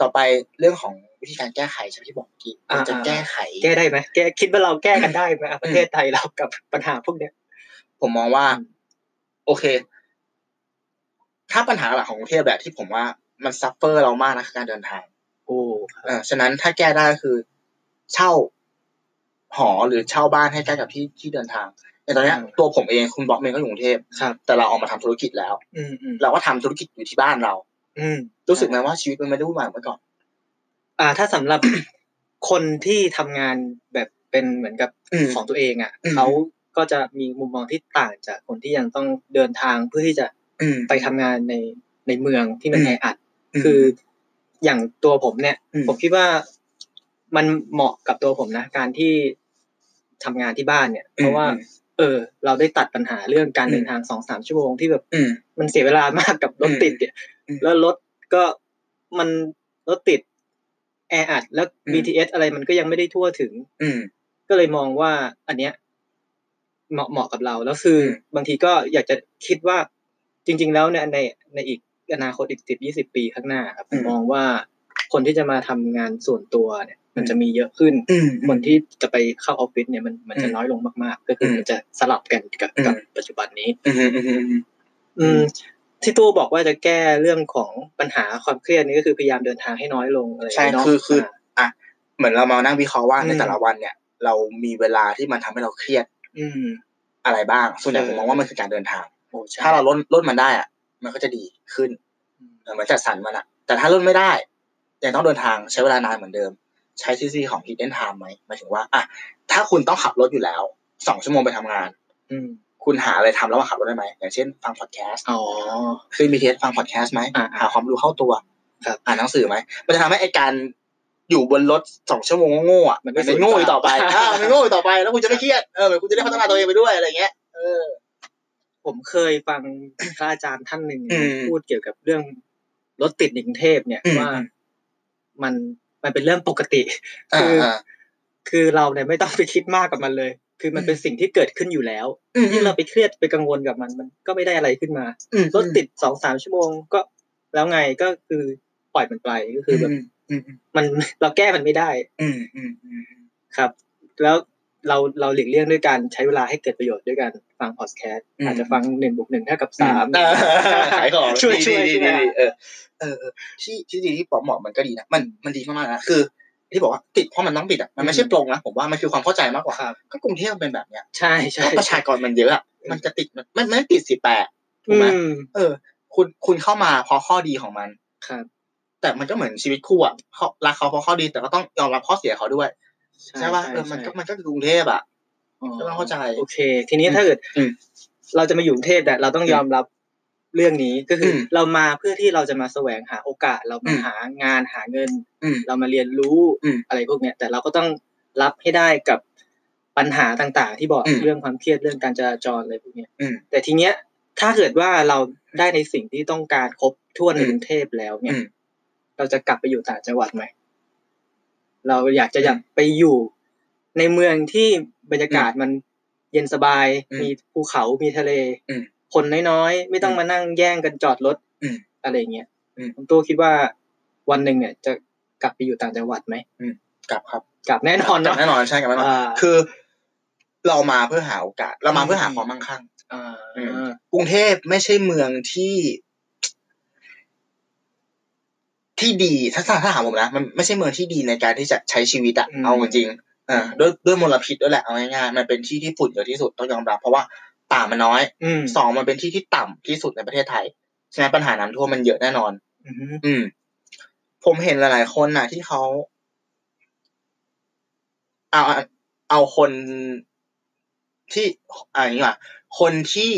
B: ต่อไปเรื่องของวิธีการแก้ไขใช่ไหมที่บอกเมื่อกี้
C: อ่า
B: จะแก้ไข
C: แก้ได้ไหมแก้คิดว่าเราแก้กันได้ไหมอ่ะประเทศไทยเรากับปัญหาพวกเนี้ย
B: ผมมองว่า
C: อืม
B: โอเค ถ้าปัญหาหลักของกรุงเทพแหละที่ผมว่ามันซัฟเฟอร์เรามากนะคือการเดินทาง
C: โอ้
B: เออฉะนั้นถ้าแก้ได้ก็คือ เช่าหอหรือเช่าบ้านให้ใกล้กับที่ที่เดินทางในตอนเนี้ยตัวผมเองคุณบล็อกเองก็อยู่กรุงเทพ
C: ครับ
B: แต่เราออกมาทำธุรกิจแล้ว
C: อืมอืม
B: เราก็ทำธุรกิจอยู่ที่บ้านเรา
C: อืม
B: รู้สึกไหมว่าชีวิตมันไม่ได้วุ่นวายเหมือนเมื่อก่อน
C: อ่าถ้าสำหรับ คนที่ทำงานแบบเป็นเหมือนกับ
B: อืม
C: ของตัวเองอ่ะ
B: อืม
C: เขาก็จะมีมุมมองที่ต่างจากคนที่ยังต้องเดินทางเพื่อที่จะ
B: อืม
C: ไปทำงานในในเมืองที่มัน
B: อืม
C: แออัด คืออย่างตัวผมเนี่ย
B: ม
C: ผมคิดว่ามันเหมาะกับตัวผมนะ การที่ทำงานที่บ้านเนี่ย เพราะว่า
B: อืม
C: เออ เราได้ตัดปัญหาเรื่องการ
B: อืม
C: เดินทางสองสามชั่วโมงที่แบบ
B: อืม
C: มันเสียเวลามากกับรถติดเนี่ย
B: อืม
C: แล้วรถก็มันรถติดแออัด แล้ว
B: อืม
C: BTS อะไรมันก็ยังไม่ได้ทั่วถึง
B: อืม
C: ก็เลยมองว่า อันเนี้ยเหมาะเหมาะกับเรา แล้วคืออ
B: ม
C: บางทีก็อยากจะคิดว่า จริง ๆ แล้วเนี่ยในในอีกอนาคตอีกสิบยี่สิบปีข้างหน้าครับผมมองว่าคนที่จะมาทำงานส่วนตัวเนี่ย มันจะมีเยอะขึ้น
B: อืม
C: คนที่จะไปเข้าออฟฟิศเนี่ยมันมันจะ
B: อืม
C: น้อยลงมากๆ ก็คืออ
B: ม
C: มันจะสลับกันกับ
B: อืม
C: กับปัจจุบันนี้
B: อืมอืมอืมอืม
C: อืมที่ตู้บอกว่าจะแก้เรื่องของปัญหาความเครียดนี่ก็คือพยายามเดินทางให้น้อยลงอะไรย่าง
B: ใช่
C: เงี้ยเนาะ
B: คือคือ เหมือนเรามานั่งวิเคราะห์ว่า
C: อืม
B: ในแต่ละวันเนี่ย เรามีเวลาที่มันทำให้เราเครียด
C: อืม
B: อะไรบ้าง ส่วนใหญ่
C: เออ
B: ผมมองว่ามันคือการเดินทาง
C: โอ้ใช่
B: ถ้าเราลดลดมันได้อะมันก็จะดีขึ้น
C: อืม
B: เออเหมือนจัดสรรมันอะแต่ถ้าลดไม่ได้ยังต้องเดินทางใช้เวลานานเหมือนเดิม ใช้ซีซีของ hidden time ไหมหมายถึงว่าอ่ะถ้าคุณต้องขับรถอยู่แล้วสองชั่วโมงไปทำงาน
C: อืม
B: คุณหาอะไรทำระหว่างขับรถได้ไหมอย่างเช่นฟังพอดแคสต์
C: อ๋อ
B: ขึ้น BTS ฟังพอดแคสต์ไหม
C: อ่า
B: หาความรู้เข้าตัว
C: ครับ
B: อ่านหนังสือไหมมันจะทำให้ไอการอยู่บนรถสองชั่วโมงโง่ๆอ่ะ
C: มั
B: มัน น
C: ไม่
B: จะโง่อีกต่อไป
C: สุด
B: อ่ามันโง่อีกต่อไปแล้วคุณจะไม่เครียดเออเหมือนคุณจะได้พัฒนาตัวเองไปด้วยอะไรเงี้ยเออ
C: ผมเคยฟัง พระอาจารย์ท่านหนึ่ง
B: อืม
C: พูดเกี่ยวกับเรื่องรถติดในกรุงเทพเนี่ย
B: อืม
C: ว่ามันมันเป็นเรื่องปกติ
B: อ่า
C: คืออ
B: อ่า
C: คือเราเนี่ยไม่ต้องไปคิดมากกับมันเลย คือมันเป็นสิ่งที่เกิดขึ้นอยู่แล้ว
B: อืม
C: ยิ่งเราไปเครียดไปกังวลกับมันมันก็ไม่ได้อะไรขึ้นมา
B: อืม
C: รถติดสองสามชั่วโมงก็แล้วไงก็คือปล่อยมันไปก็คือแบบ
B: อืมอืม
C: มัน เราแก้มันไม่ได้
B: อืมอืมอืม
C: ครับ แล้วเราเราหลีกเลี่ยงด้วยการใช้เวลาให้เกิดประโยชน์ด้วยการฟังพอดแคสต์อาจจะฟังหนึ่งบวกหนึ่งเท่ากับสาม
B: เออขายของ
C: ช่วย
B: ดี
C: ช่วย
B: ดี
C: ช่วย
B: ดีดีเออเออเออที่ที่ดีที่ปอมบอกมันก็ดีนะมันมันดีมากๆนะคือ ที่บอกว่าติดเพราะมันต้องติดอ่ะมันไม่ใช่ปรงนะผมว่ามันคือความเข้าใจมากกว่า
C: ครับ
B: ก็กรุงเทพมันเป็นแบบเนี้ย
C: ใช่ใช่
B: แล้วประชากรมันเยอะอะมันจะติดมันมันไม่ได้ติดสิแปดถูกไหม
C: อืม
B: เออ คุณคุณเข้ามาเพราะข้อดีของมัน
C: ครับ
B: แต่มันก็เหมือนชีวิตคู่อะเขารักเขาเพราะข้อดีแต่ก็ต้องยอมรับข้อเสียเขาด้วย ใช่ป่ะเออมันก็มันก็คือกรุงเทพอะ ก็ต้องเข้าใจ
C: โอเค ทีนี้ถ้าเกิด
B: อืม
C: เราจะมาอยู่กรุงเทพแต่เราต้องยอมรับเรื่องนี้ก็คืออ
B: ม
C: เรามาเพื่อที่เราจะมาแสวงหาโอกาส เรามา
B: อืม
C: หางานหาเงิน
B: อืม
C: เรามาเรียนรู้
B: อืม
C: อะไรพวกเนี้ยแต่เราก็ต้องรับให้ได้กับปัญหาต่างๆ ที่บอก
B: อืม
C: เรื่องความเครียดเรื่องการจราจรอะไรพวกเนี้ย
B: อืม
C: แต่ทีเนี้ยถ้าเกิดว่าเราได้ในสิ่งที่ต้องการครบถ้วนใน
B: อืม
C: กรุงเทพแล้วเนี่
B: อื
C: ย
B: ม
C: เราจะกลับไปอยู่ต่างจังหวัดไหมเราอยากจะอยากไปอยู่ในเมืองที่บรรยากาศมันเย็นสบาย
B: อืม
C: มีภูเขามีทะเล
B: อืม
C: คนน้อยๆไม่ต้อง
B: อืม
C: มานั่งแย่งกันจอดรถ
B: อืม
C: อะไรเงี้ย
B: อืม
C: ผมตัวคิดว่าวันหนึ่งเนี่ย จะกลับไปอยู่ต่างจังหวัดไหม
B: กลับครับ
C: กลับแน่นอน
B: กลับ
C: เนาะ
B: แน่นอนใช่กลับแน่นอน
C: อ่า
B: คือ เรามาเพื่อหาโอกาส เรามาเพื่อหาความมั่งคั่ง
C: อ่า
B: อืม กรุงเทพไม่ใช่เมืองที่ ที่ดีถ้าถ้าถ้าถามผมนะมันไม่ใช่เมืองที่ดีในการที่จะใช้ชีวิตอะ
C: อืม
B: เอาจริงๆเออด้วยด้วยมลพิษด้วยแหละเอาง่ายๆมันเป็นที่ที่ฝุ่นเยอะที่สุดต้องยอมรับ เพราะว่าป่ามันน้อย
C: อืม
B: สองมันเป็นที่ที่ต่ำที่สุดในประเทศไทยฉะนั้นปัญหาน้ำท่วมมันเยอะแน่นอน
C: อืม
B: อืม ผมเห็นหลาย ๆ คนน่ะ ที่เขาเอาเอาเอาคนที่อะอย่างนี้ว่ะคนที่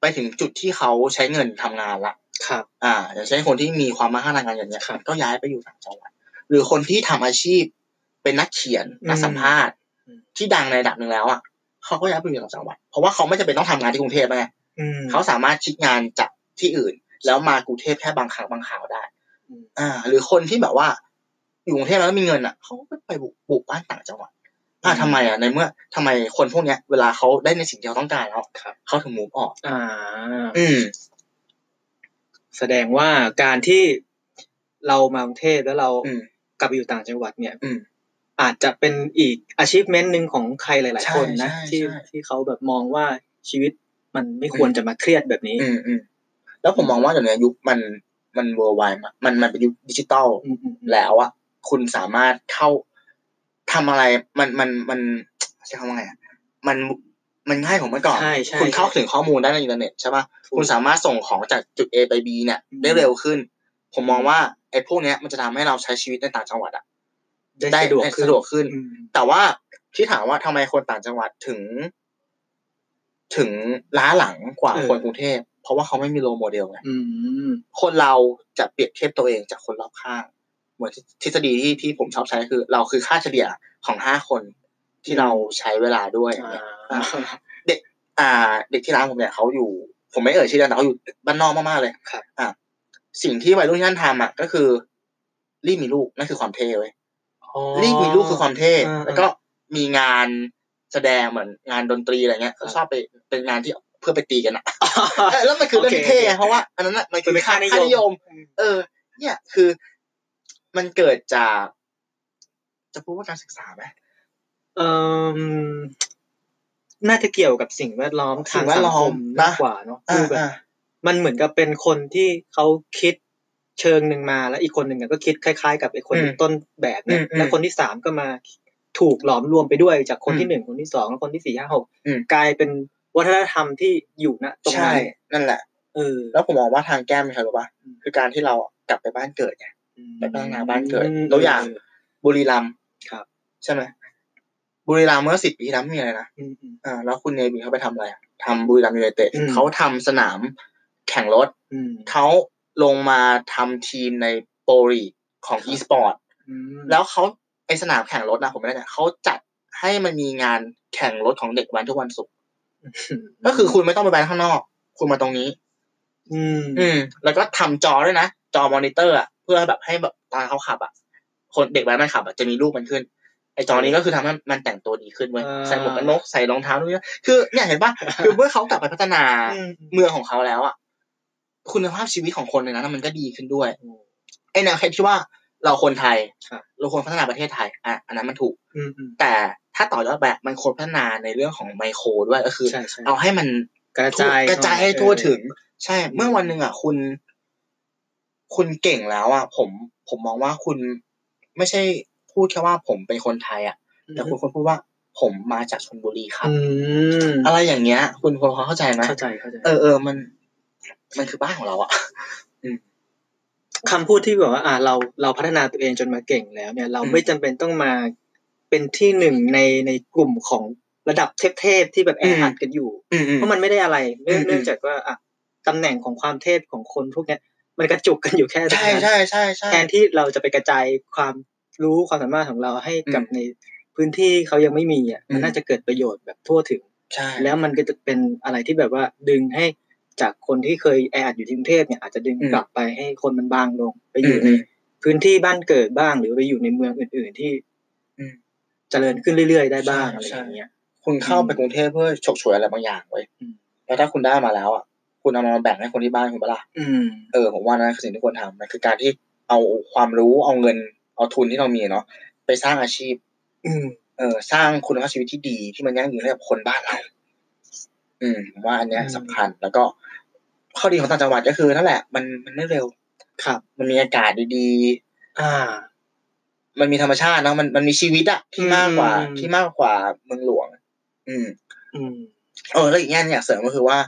B: ไปถึงจุดที่เขาใช้เงินทำงานละ
C: ครับ
B: อ่าอย่างเช่นคนที่มีความมั่งคั่งทางการเงินเนี่ย
C: ครับ
B: ก็ย้ายไปอยู่ต่างจังหวัดหรือคนที่ทำอาชีพเป็นนักเขียนนักสัมภาษณ์ ที่ดังในระดับหนึ่งแล้วอ่ะเขาก็ย้ายไปอยู่ต่างจังหวัดเพราะว่าเขาไม่จำเป็นต้องทำงานที่กรุงเทพไง
C: อืม
B: เขาสามารถคิดงานจากที่อื่น แล้วมากรุงเทพแค่บางครั้งบางคราวได้
C: อืม
B: อ่า หรือคนที่แบบว่า อยู่กรุงเทพแล้วไม่มีเงินอ่ะเขาก็ไปบุกบุกบ้านต่างจังหวัดอ่าทำไมอ่ะในเมื่อทำไมคนพวกเนี้ย เวลาเขาได้ในสิ่งที่เขาต้องการแล้ว
C: ครับ
B: เขาถึงมูฟออก
C: อ่า
B: อืม
C: แสดงว่าการที่เรามากรุงเทพแล้วเรา
B: อืม
C: กลับไปอยู่ต่างจังหวัดเนี่ย
B: อืม
C: อาจจะเป็นอีก achievement หนึ่งของใครหลาย
B: ใช่
C: ๆ คนนะ
B: ใช่
C: ที่
B: ใช่
C: ที่เขาแบบมองว่าชีวิตมันไม่ควร
B: อืม
C: จะมาเครียดแบบนี้
B: อืมอืมแล้วผมมองว่าอย่างเนี้ยยุคมันมันเวอร์ไวมากมันมันเป็นยุคดิจิตอล
C: อืมอืมอืม
B: แล้วอะคุณสามารถเข้าทำอะไรมันมันมันใช้คำว่าไงอะมันมันง่ายของเมื่อก่อน
C: ใช่ใช่
B: คุณเข้าถึงข้อมูลได้ในอินเทอร์เน็ตใช่ป่ะ
C: ถูก
B: คุณสามารถส่งของจากจุด A ไป B เนี่ย
C: อืม
B: ได้เร็วขึ้น ผมมองว่าไอ้พวกเนี้ยมันจะทำให้เราใช้ชีวิตในต่างจังหวัดอะ
C: ได้สะดวก
B: ได้
C: ขึ้น
B: สะดวกขึ้น
C: อืม
B: แต่ว่าที่ถามว่าทำไมคนต่างจังหวัดถึง ถึงล้าหลังกว่าคนกรุงเทพเพราะว่าเขาไม่มีโรลโมเดลไง
C: อืม
B: คนเราจะเปรียบเทียบตัวเองจากคนรอบข้าง เหมือนทฤษฎีที่ที่ผมชอบใช้คือ เราคือค่าเฉลี่ยของห้าคนที่เราใช้เวลาด้วยอย่างเงี้ย
C: อ่า
B: อ่า เด็กที่ร้านผมเนี่ยเขาอยู่ ผมไม่เอ่ยชื่อนะแต่เขาอยู่บ้านนอกมากๆเลย
C: ครับ
B: อ่าสิ่งที่วัยรุ่นที่นั่นทำอ่ะก็คือรีบมีลูกนั่นคือความเท่เว้ย
C: อ๋อ
B: รีบมีลูกคือความเท่
C: อ่า
B: แล้วก็มีงานแสดงเหมือนงานดนตรีอะไรเงี้ยเขาชอบไปเป็นงานที่เพื่อไปตีกันอะ เออแล้วมันคือเรื่องที่เท่ไงเพราะว่าอันนั้นน่ะมัน
C: มั
B: คื
C: นเป็
B: อน ค่า
C: ค่านิยม
B: นิยม เออ เนี่ยคือ มันเกิดจาก จะพูดว่าการศึกษาไหม
C: เอ่มน่าจะเกี่ยวกับสิ่งแวดล้อมทาง
B: สิ่งแว
C: สั
B: ด
C: ง
B: ล้อ
C: ค
B: ม
C: ม
B: นะ
C: มากกว่าเนาะคือแบบ มันเหมือนกับเป็นคนที่เขาคิดเชิงหนึ่งมาแล้วอีกคนหนึ่งอะก็คิดคล้ายๆ กับไอ้คน
B: อืม
C: ต้นแบบเนี่ย
B: อืมอืม
C: แล้วคนที่สามก็มาถูกหลอมรวมไปด้วยจากคน
B: อืม
C: ที่หนึ่งคนที่สองแล้วคนที่สี่ห้าหก
B: อืม
C: กลายเป็นวัฒนธรรมที่อยู่ณตรง
B: ใช่
C: นั้น
B: นั่นแหละ
C: เออ
B: แล้วผมมองว่าทางแก้มคืออะไรรู้ป่ะคือการที่เรากลับไปบ้านเกิดไง ไปพัฒนาบ้านเกิด
C: ม
B: ตัวอย่าง บุรีรัมย์
C: ครับ
B: ใช่ไหมบุรีรัมย์เมื่อสิบปีที่แล้วไม่มีอะไรนะ
C: อืมอืม
B: อ่าแล้วคุณเนวินเขาไปทำอะไรอะทำบุรีรัมย์ยูไนเต็ด
C: อืม
B: เขาทำสนาม แข่งรถ
C: อืม
B: เขาลงมาทำทีมในโปรลีกของอีสปอร์ต
C: อืม
B: แล้วเขาไอสนามแข่งรถนะผมไม่แน่ใจเขาจัดให้มันมีงานแข่งรถของเด็กวันทุกวันศุกร์ก็คือคุณไม่ต้องไปแบนข้างนอก คุณมาตรงนี้
C: อืม
B: อืม แล้วก็ทำจอด้วยนะ จอมอนิเตอร์อ่ะเพื่อแบบให้แบบตอนเขาขับอ่ะคนเด็กแว้นมันขับอ่ะจะมีรูปมันขึ้น ไอจอนี้ก็คือทำให้มันแต่งตัวดีขึ้นเว้ยใส่หมวกกันน็อกใส่รองเท้าด้วยนะคือเนี่ยเห็นปะ คือเมื่อเขากลับไปพัฒนา
C: อืม
B: เมืองของเขาแล้วอ่ะคุณภาพชีวิตของคนในนั้นนะมันก็ดีขึ้นด้วย ไอแนวคิดที่ว่าเราคนไทย
C: ครับ
B: เราควรพัฒนาประเทศไทยอ่ะอันนั้นมันถูก
C: อืมอืม
B: แต่ถ้าต่อยอดแบบมันควรพัฒนาในเรื่องของไมโครด้วยก็คือ
C: ใช่ใช่
B: เอาให้มัน
C: กระจาย
B: กระจาย
C: หน่อ
B: ให้ทั่ว
C: เออ
B: ถึง ใช่ เมื่อวันหนึ่งอ่ะคุณ คุณเก่งแล้วอ่ะผมผมมองว่าคุณไม่ใช่พูดแค่ว่าผมเป็นคนไทยอ่ะแต่คุณควรพูดว่า ผมมาจากชลบุรีครับ
C: อืม
B: อะไรอย่างเงี้ย คุณพอเข้าใจไหม
C: เข้าใจเข้าใจ
B: เออเออมัน มันคือบ้านของเราอ่ะ
C: คำพูดที่แบบว่า อ่าเราเราพัฒนาตัวเองจนมาเก่งแล้ว เนี่ย เรา
B: อืม
C: ไม่จำเป็นต้องมาเป็นที่หนึ่งในในกลุ่มของ ระดับเทพๆที่แบบแออัดกันอยู่
B: อืมอืม
C: เพราะมันไม่ได้อะไรเนื่อง
B: อืม
C: เนื่องจากว่าอ่ะตำแหน่งของความเทพของคนพวกเนี้ยมันกระจุกกันอยู่แค่ตรง
B: ใช่
C: นั้น
B: ใช่ใช่ใช่
C: แทนที่เราจะไปกระจายความรู้ความสามารถของเราให้กับ
B: อืม
C: ในพื้นที่เขายังไม่มีอ่ะมั
B: อื
C: น
B: ม
C: น่าจะเกิดประโยชน์แบบทั่วถึง
B: ใช่
C: แล้วมันก็จะเป็นอะไรที่แบบว่าดึงให้จากคนที่เคยแออัดอยู่ที่กรุงเทพเนี่ยอาจจะดึงกลับไปให้คนมันบางลงไปอยู่ใน
B: อืม
C: พื้นที่บ้านเกิดบ้างหรือไปอยู่ในเมืองอื่น ๆ ที่
B: อืม
C: เจริญขึ้นเรื่อย ๆ ได้บ้าง
B: ใช่
C: อะไร
B: ใช่
C: อย่างเงี้ย
B: คุณเข้าไปกรุงเทพเพื่อฉกฉวยอะไรบางอย่างไว้ย
C: อืม
B: แล้วถ้าคุณได้มาแล้วอ่ะ คุณเอามาแบ่งให้คนที่บ้านคุณปะล่ะ
C: อืม
B: เออผมว่านั่นคือสิ่งที่ควรทำมันคือการที่เอาความรู้เอาเงินเอาทุนที่เรามีเนาะไปสร้างอาชีพ
C: อืม
B: เออสร้างคุณภาพชีวิตที่ดีที่มันยั่งยืนให้กับคนบ้านเรา อืมผมว่าอันเนี้ย
C: อืม
B: สำคัญแล้วก็ ข้อดีของต่างจังหวัดก็คือนั่นแหละ มันมันไม่เร็ว
C: ครับ
B: มันมีอากาศดี
C: อ่า
B: ๆ มันมีธรรมชาติเนอะมันมันมีชีวิตอะที่มากกว่า
C: อืม
B: ที่มากกว่าเมืองหลวง อืม
C: อืม
B: เออแล้วอีกแง่หนึงอยากเสริมก็คือว่า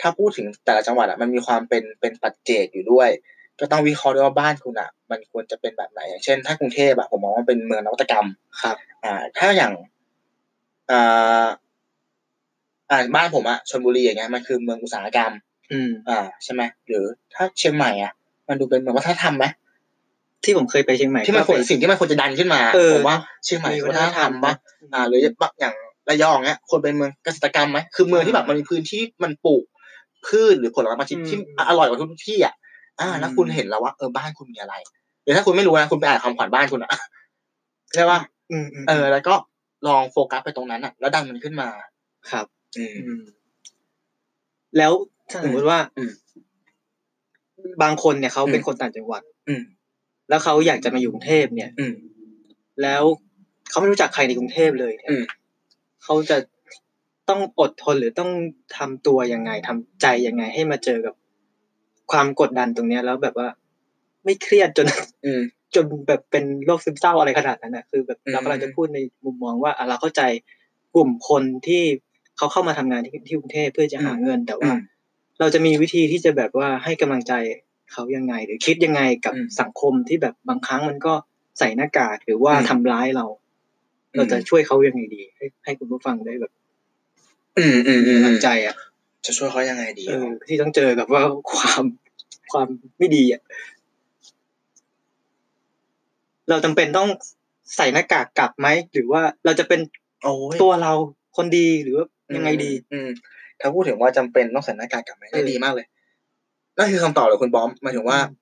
B: ถ้าพูดถึงแต่ละจังหวัดอะมันมีความเป็นเป็นปัจเจกอยู่ด้วย ก็ต้องวิเคราะห์ด้วยว่าบ้านคุณอะมันควรจะเป็นแบบไหนอย่างเช่น ถ้ากรุงเทพอะผมมองว่าเป็นเมืองนวัตกรรม
C: ครับ
B: อ่า ถ้าอย่างอ่าอ่าบ้านผมอะชลบุรีอย่างเงี้ยมันคือเมืองอุตสาหกรรม
C: อืม
B: อ่าใช่ไหมหรือถ้าเชียงใหม่อะมันดูเป็นเมืองวัฒนธรรมไหม
C: ที่ผมเคยไปเชียงใหม่
B: ที่มันควร
C: ก็ไป
B: สิ่งที่มันควรจะดันขึ้นมา
C: เออ
B: ผมว่าเชียงใหม่
C: มี
B: คือ
C: วั
B: วั
C: ฒ
B: ฒ
C: น
B: น
C: ธ
B: ธ
C: ร
B: ร
C: ร
B: ร
C: ม
B: ม
C: ปะ
B: ปะ อ่าหรือแบบอย่างระยองเนี้ยควรเป็นเมืองเกษตรกรรมไหมคือเมืองที่แบบมันมีพื้นที่มันปลูกพืชหรือผลไม้ที่
C: อืม
B: ที่อร่อยกว่าทุกที่อ่ะอ่า
C: อืม
B: แล้วคุณเห็นแล้วว่าเออบ้านคุณมีอะไรหรือถ้าคุณไม่รู้นะคุณไปอ่านคำขวัญบ้านคุณอ่ะ ใช่ป่ะ
C: อืมอืม
B: เออ แล้วก็ลองโฟกัสไปตรงนั้นอ่ะ แล้วดันมันขึ้นมา
C: ครับ
B: อืม
C: อืม แล้วถ้าสมมติว่า
B: อืม
C: บางคนเนี่ยเขาเป็น
B: อืม
C: คนต่างจังหวัด
B: อืม
C: แล้วเขาอยากจะมาอยู่กรุงเทพเนี่ย
B: อืม
C: แล้วเขาไม่รู้จักใครในกรุงเทพเลยเนี่ย
B: อืม
C: เขาจะต้องอดทนหรือต้องทำตัวยังไงทำใจยังไงให้มาเจอกับความกดดันตรงเนี้ยแล้วแบบว่า ไม่เครียดจน
B: อืม
C: จนแบบเป็นโรคซึมเศร้าอะไรขนาดนั้นนะคือแบบ
B: อืม
C: เรากำลังจะพูดในมุมมองว่าอ่ะเราเข้าใจกลุ่มคนที่เขาเข้ามาทำงานที่ที่กรุงเทพเพื่อจะหาเงิน แต่
B: อื
C: ว่า
B: ม
C: เราจะมีวิธีที่จะแบบว่าให้กำลังใจเขายังไง หรือคิดยังไงกับ
B: อืม
C: สังคมที่แบบบางครั้งมันก็ใส่หน้ากากหรือว่า
B: อืม
C: ทำร้ายเรา
B: อืม
C: เราจะช่วยเขายังไงดี ให้ให้คุณผู้ฟังได้แบบ
B: อืมอืมอื
C: มี
B: ม
C: กำลังใจอ่ะ
B: จะช่วยเขายังไงดี
C: เอ
B: อ่ะ
C: อที่ต้องเจอกับว่าความความไม่ดีอ่ะเราจำเป็นต้องใส่หน้ากากกลับไหมหรือว่าเราจะเป็น
B: โอ้ย
C: ตัวเราคนดีหรือว่ายังไงดี
B: อืมอืมถ้าพูดถึงว่าจำเป็นต้องใส่หน้ากากกับไหม
C: เอ
B: ได้
C: อ
B: ดีมากเลยนั่นคือคำตอบเลยคุณบอมหมายถึงว่า
C: อืม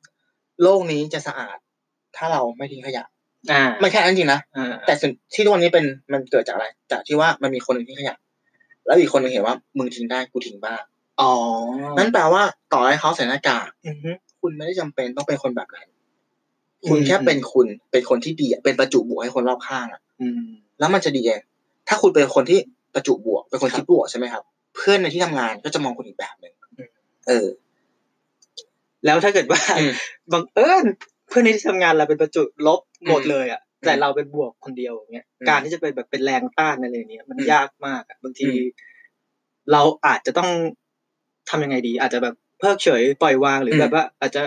B: โลกนี้จะสะอาด ถ้าเราไม่ทิ้งขยะ
C: อ่า
B: มันแค่นั้นจริงนะ
C: อ่า
B: แต่สิ่งที่ทุกวันนี้เป็นมันเกิดจากอะไร จากที่ว่ามันมีคนหนึ่งทิ้งขยะ แล้วอีกคนหนึ่งเห็นว่ามึงทิ้งได้กูทิ้งบ้าง
C: อ๋อ
B: นั่นแปลว่าต่อให้เขาใส่หน้ากาก
C: อือฮึ
B: คุณไม่ได้จำเป็นต้องเป็นคนแบบนั้น
C: อืม
B: คุณแค่เป็นคุณเป็นคนที่ดีอะเป็นประจุบวกให้คนรอบข้างอะ
C: อืม
B: แล้วมันจะดีเองถ้าคุณเป็นคนที่ประจุบวก เป็นคน
C: ครับ
B: คิดบวกใช่ไหมครับ เพื่อนในที่ทำงานก็จะมองคุณอีกแบบหนึ่ง
C: อืม
B: เออ
C: แล้วถ้าเกิดว่า
B: อืม
C: บังเอิญเพื่อนในที่ทำงานเราเป็นประจุลบหมดเลยอ่ะแต่
B: อืม
C: เราเป็นบวกคนเดียวอย่างเงี้ย
B: อืม
C: การที่จะเป็นแบบเป็นแรงต้านอะไรเนี้ยมัน
B: อืม
C: ยากมากอะบางที
B: อืม
C: เราอาจจะต้องทำยังไงดี อาจจะแบบเพิกเฉยปล่อยวางหรืออ
B: ม
C: แบบว่า อาจจะ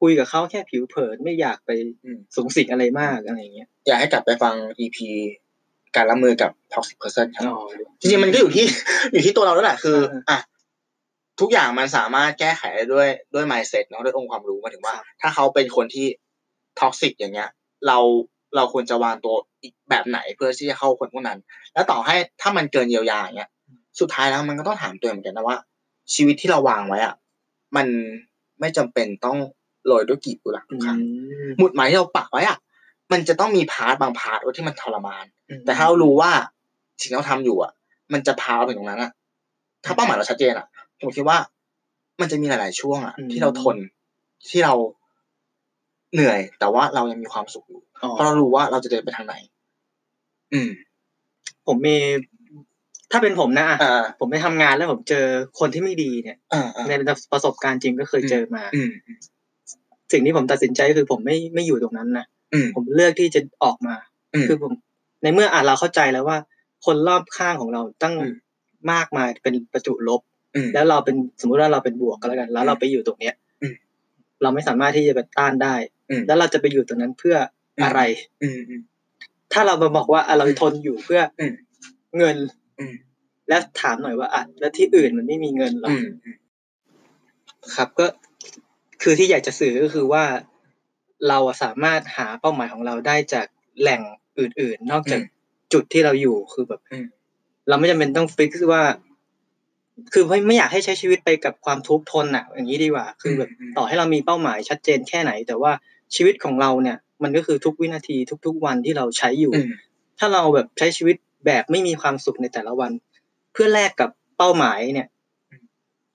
C: คุยกับเขาแค่ผิวเผินไม่อยากไป
B: อืม
C: สูงสิงอะไรมากอะไรอย่างเงี้ย
B: อยากให้กลับไปฟัง EP การรับมือกับ toxic person ครับ
C: อ๋อ
B: จริงๆมันก็อยู่ที่ อยู่ที่ตัวเราแล้วแหละคือ
C: เออ
B: อ่ะทุกอย่างมันสามารถแก้ไขได้ด้วยด้วย mindset เนาะด้วยองค์ความรู้หมายถึงว่า
C: ครับ
B: ถ้าเขาเป็นคนที่ toxic อย่างเงี้ย เราเราควรจะวางตัวอีกแบบไหนเพื่อที่จะเข้าคนพวกนั้น แล้วต่อให้ถ้ามันเกินเยียวยาอย่างเงี้ย สุดท้ายแล้วมันก็ต้องถามตัวเองเหมือนกันนะว่า ชีวิตที่เราวางไว้อ่ะมันไม่จำเป็นต้องโรยด้วยกลีบกุหลาบทุกครั้ง หมุดหมายที่เราปักไว้อะมันจะต้องมีพาร์ทบางพาร์ทไว้ที่มันทรมาน
C: อืม
B: แต่ถ้าเรารู้ว่าสิ่งที่เราทำอยู่อ่ะ มันจะพาเราไปถึงตรงนั้นอ่ะ ถ้าเป้าหมายเราชัดเจนอ่ะ ผมคิดว่า มันจะมีหลาย ๆ ช่วงอ่ะ
C: อืม
B: ที่เราทนที่เราเหนื่อย แต่ว่าเรายังมีความสุขอยู่
C: อ๋อ
B: เพราะเรารู้ว่าเราจะเดินไปทางไหน อืม
C: ผมมีถ้าเป็นผมนะอะ
B: อ่า
C: ผมไปทำงานแล้วผมเจอคนที่ไม่ดีเนี่ย
B: อ่าอ่า
C: ในประสบการณ์จริงก็เคยเจอมา
B: อืม
C: สิ่งที่ผมตัดสินใจก็คือผมไม่ไม่อยู่ตรงนั้นนะ
B: อืม
C: ผมเลือกที่จะออกมา
B: อืม
C: คือผม ในเมื่ออ่านเราเข้าใจแล้วว่า คนรอบข้างของเราตั้ง
B: อืม
C: มากมายเป็นประจุลบ
B: อืม
C: แล้วเราเป็นสมมุติว่าเราเป็นบวกก็แล้วกัน แล้วเราไปอยู่ตรงเนี้ย
B: อืม
C: เราไม่สามารถที่จะไปต้านได้
B: อืม
C: แล้วเราจะไปอยู่ตรงนั้นเพื่ออะไร
B: อืมอืม
C: ถ้าเรามาบอกว่าอ่ะเราทนอยู่เพื่ออ
B: ม
C: เงิน
B: อืม
C: และถามหน่อยว่าอ่ะแล้วที่อื่นมันไม่มีเงินหรอ
B: อื
C: ก
B: ม
C: ครับ ก็คือที่อยากจะสื่อก็คือว่า เราอะสามารถหาเป้าหมายของเราได้จากแหล่งอื่น ๆ นอกจากจุดที่เราอยู่คือแบบ
B: อืม
C: เราไม่จำเป็นต้องฟิกว่า คือไม่ไม่อยากให้ใช้ชีวิตไปกับความทุกข์ทนอ่ะ อย่างนี้ดีกว่า คือแบบ ต่อให้เรามีเป้าหมายชัดเจนแค่ไหน แต่ว่าชีวิตของเราเนี่ย มันก็คือทุกวินาทีทุก ๆ วันที่เราใช้อยู่
B: อืม
C: ถ้าเราแบบใช้ชีวิตแบบไม่มีความสุขในแต่ละวัน เพื่อแลกกับเป้าหมายเนี่ย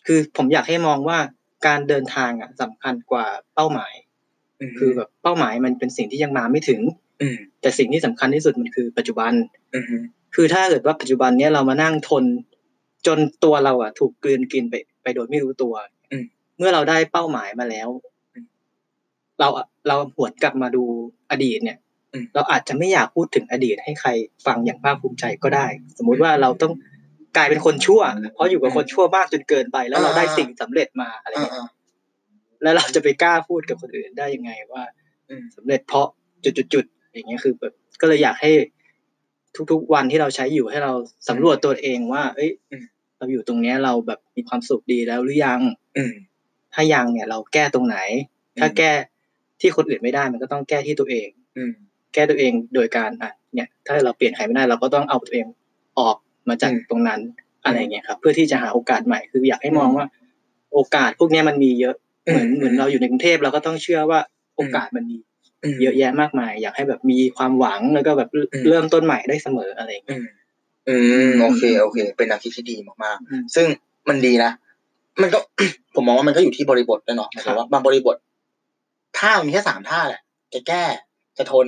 C: คือผมอยากให้มองว่าการเดินทางอ่ะสำคัญกว่าเป้าหมาย คือแบบเป้าหมายมันเป็นสิ่งที่ยังมาไม่ถึง
B: อืม
C: แต่สิ่งที่สำคัญที่สุดมันคือปัจจุบัน
B: อืม
C: คือถ้าเกิดว่าปัจจุบันเนี้ยเรามานั่งทน จนตัวเราอ่ะ ถูกกลืนกินไปไปโดยไม่รู้ตัว
B: อืม
C: เมื่อเราได้เป้าหมายมาแล้ว
B: อืม
C: เราอะเราหวนกลับมาดูอดีตเนี่ย
B: อืม
C: เราอาจจะไม่อยากพูดถึงอดีตให้ใครฟังอย่างภาคภูมิใจก็ได้ สมมุติว่าเราต้องกลายเป็นคนชั่ว เพราะอยู่กับคนชั่วมากจนเกินไป แล้วเราได้
B: อ่า
C: สิ่งสำเร็จมาอะไร
B: อ่า
C: เงี้ย
B: อ่า
C: แล้วเราจะไปกล้าพูดกับคนอื่นได้ยังไงว่า
B: อืม
C: สำเร็จเพราะจุดๆๆอย่างเงี้ยคือแบบก็เลยอยากให้ทุกๆวันที่เราใช้อยู่ให้เราสำรวจตัวเองว่า เอ้ย
B: อืม
C: เราอยู่ตรงเนี้ยเราแบบมีความสุขดีแล้วหรือยัง
B: อืม
C: ถ้ายังเนี่ยเราแก้ตรงไหน
B: อืม
C: ถ้าแก้ที่คนอื่นไม่ได้มันก็ต้องแก้ที่ตัวเอง
B: อืม
C: แก้ตัวเองโดยการอ่ะเนี่ย ถ้าเราเปลี่ยนใครไม่ได้เราก็ต้องเอาตัวเองออกมาจาก
B: อืม
C: ตรงนั้นอะไรเงี้ยครับ เพื่อที่จะหาโอกาสใหม่คืออยากให้มอง
B: อืม
C: ว่า โอกาสพวกเนี้ยมันมีเยอะเหมือน
B: อืม
C: เหมือนเราอยู่ในกรุงเทพเราก็ต้องเชื่อว่าโอกาสมันมี เยอะแยะมากมาย อยากให้แบบมีความหวังแล้วก็แบบ
B: อืม
C: เริ่มต้นใหม่ได้เสมออะไรอย่างเงี้ย
B: อืมอืมโอเคโอเค เป็นแนวคิดที่ดีมาก
C: อืม
B: ๆ ซึ่งมันดีนะ มันก็ ผมมองว่ามันก็อยู่ที่บริบทด้วยเนาะหมายความว่าบางบริบทท่ามันมีแค่สามท่าแหละจะแก้จะทน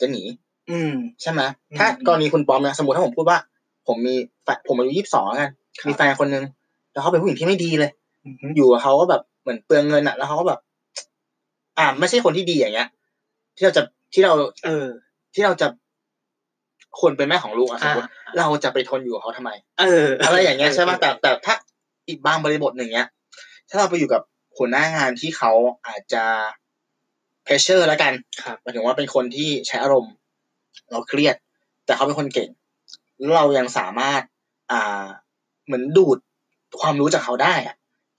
B: จะหนี
C: อืม
B: ใช่ไหม
C: อืม
B: ถ้ากรณีคุณปอมนะสมมติถ้าผมพูดว่า ผมมีแฟนผมอายุยี่สิบสองกัน
C: ครับ
B: มีแฟนคนหนึ่งแล้วเขาเป็นผู้หญิงที่ไม่ดีเลย
C: อืม
B: อยู่กับเขาก็แบบเหมือนเปลืองเงินอะแล้วเขาก็แบบ อ่า ไม่ใช่คนที่ดีอย่างเงี้ย ที่เราจะที่เรา
C: เออ
B: ที่เราจะควรเป็นแม่ของลูกอะสม
C: อ่าม
B: ติเราจะไปทนอยู่กับเขาทำไม
C: เออ
B: อะไรอย่างเงี้ยใช่ ไหมแต่แต่ถ้าอีกบางบริบทหนึ่งเนี้ย ถ้าเราไปอยู่กับหัวหน้างานที่เขาอาจจะเพรสเชอร์แล้วกัน
C: ครับ
B: หมายถึงว่าเป็นคนที่ใช้อารมณ์ เราเครียด แต่เขาเป็นคนเก่งแล้วเรายังสามารถ อ่า เหมือนดูดความรู้จากเขาได้อะ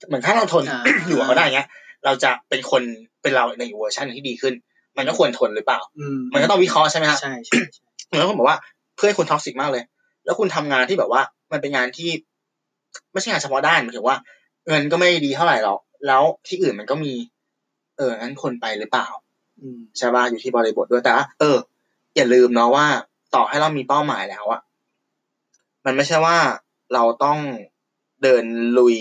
B: เหมือนถ้าเราทน
C: อ่า
B: อยู่กับเขาได้เงี้ย เราจะเป็นคนเป็นเราในเวอร์ชันที่ดีขึ้น มันก็ควรทนหรือเปล่า
C: อื
B: มันก็ต้องวิเคราะห์ใช่ไหมครับ
C: ใช่ใช่ใช่
B: เหมือนคนบอกว่าเพื่อนคุณท็อกซิกมากเลย แล้วคุณทำงานที่แบบว่า มันเป็นงานที่ ไม่ใช่งานเฉพาะด้านหมายถึงว่า เงินก็ไม่ดีเท่าไหร่หรอกแล้วที่อื่นมันก็มี เอองั้นคนไปหรือเปล่า
C: อืม
B: ใช่ป่ะอยู่ที่บริบทด้วยแต่ว่าเออ อย่าลืมเนาะว่า ต่อให้เรามีเป้าหมายแล้วอะมันไม่ใช่ว่าเราต้องเดินลุย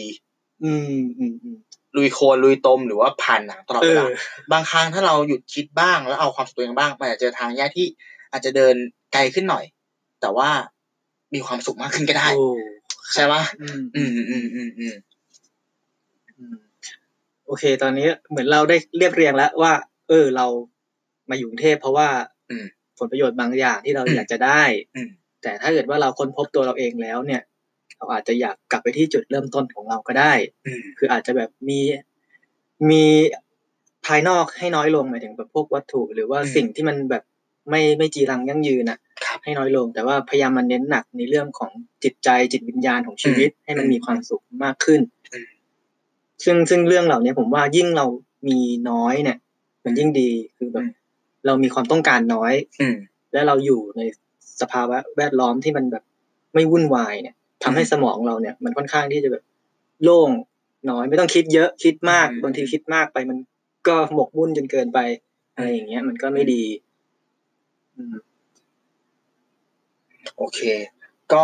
C: อืมอืมอืม
B: ลุยโคลนลุยตมหรือว่าผ่านหนังตลอด
C: เอ
B: เว
C: อ
B: ลา บางครั้งถ้าเราหยุดคิดบ้างแล้วเอาความสุขตัวเองบ้างมันอาจจะเจอทางแยกที่อาจจะเดินไกลขึ้นหน่อย แต่ว่ามีความสุขมากขึ้นก็ได้
C: โอ้
B: ใช่ปะ
C: อืม
B: อืมอืมอืมอืม
C: อืมโอเค ตอนนี้เหมือนเราได้เรียบเรียงแล้วว่า เออ เรามาอยู่กรุงเทพเพราะว่า
B: อืม
C: ผลประโยชน์บางอย่างที่เรา
B: อืม
C: อยากจะได้
B: อืม
C: แต่ถ้าเกิดว่าเราค้นพบตัวเราเองแล้วเนี่ย เราอาจจะอยากกลับไปที่จุดเริ่มต้นของเราก็ได้
B: อืม
C: คืออาจจะแบบมีมีภายนอกให้น้อยลงหมายถึงแบบพวกวัตถุ หรือว่า
B: อืม
C: สิ่งที่มันแบบไม่ไม่จีรังยั่งยืนอ่ะ
B: ครับ
C: ให้น้อยลง แต่ว่าพยายามมันเน้นหนักในเรื่องของจิตใจจิตวิญญาณของชีวิต ให้มันมีความสุขมากขึ้น
B: อืม
C: ซึ่งซึ่งเรื่องเหล่านี้ผมว่ายิ่งเรามีน้อยเนี่ย มันยิ่งดีคือแบบเรามีความต้องการน้อย
B: อืม
C: และเราอยู่ในสภาวะแวดล้อมที่มันแบบไม่วุ่นวายเนี่ยทำให้
B: อืม
C: สมองเราเนี่ย มันค่อนข้างที่จะแบบโล่งน้อยไม่ต้องคิดเยอะคิดมาก
B: อืม
C: บางทีคิดมากไป มันก็หมกมุ่นจนเกินไปอะไรอย่างเงี้ย มันก็ไม่ดี อืม
B: โอเค ก็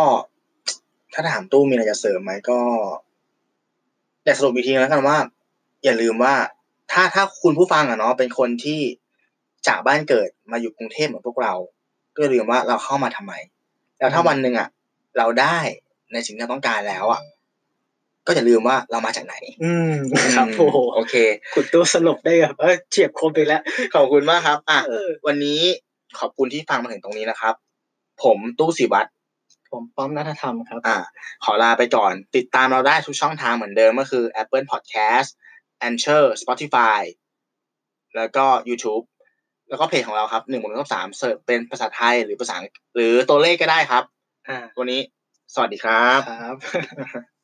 B: ถ้าถามตู้มีอะไรจะเสริมไหมก็แต่สรุปอีกทีแล้วกันว่า อย่าลืมว่า ถ้าถ้าคุณผู้ฟังอะเนาะเป็นคนที่จากบ้านเกิดมาอยู่กรุงเทพเหมือนพวกเรา ก็อย่าลืมว่าเราเข้ามาทำไม แล้วถ้า
C: อืม
B: วันหนึ่งอะเราได้ในสิ่งที่เราต้องการแล้วอะก็อย่าลืมว่าเรามาจากไหน
C: อืมครับโอ้โห
B: โอเค
C: คุณตัวสลบได้แบบเอ้ยเฉียบคมไปแล้ว
B: ขอบคุณมากครับ อ่ะ
C: เออ
B: วันนี้ขอบคุณที่ฟังมาถึงตรงนี้นะครับ ผมตู้สิวัตร
C: ผมป้อมนัทธรรมครับ
B: อ่าขอลาไปก่อน ติดตามเราได้ทุกช่องทางเหมือนเดิมก็คือ Apple Podcast a n c h o r Spotify แล้วก็ YouTube แล้วก็เพจของเราครับหนึ่งบนสามเสิร์ชเป็นภาษาไทยหรือภาษาอังกฤษหรือตัวเลขก็ได้ครับ
C: อ่า
B: วันนี้ สวัสดีครับ
C: ครับ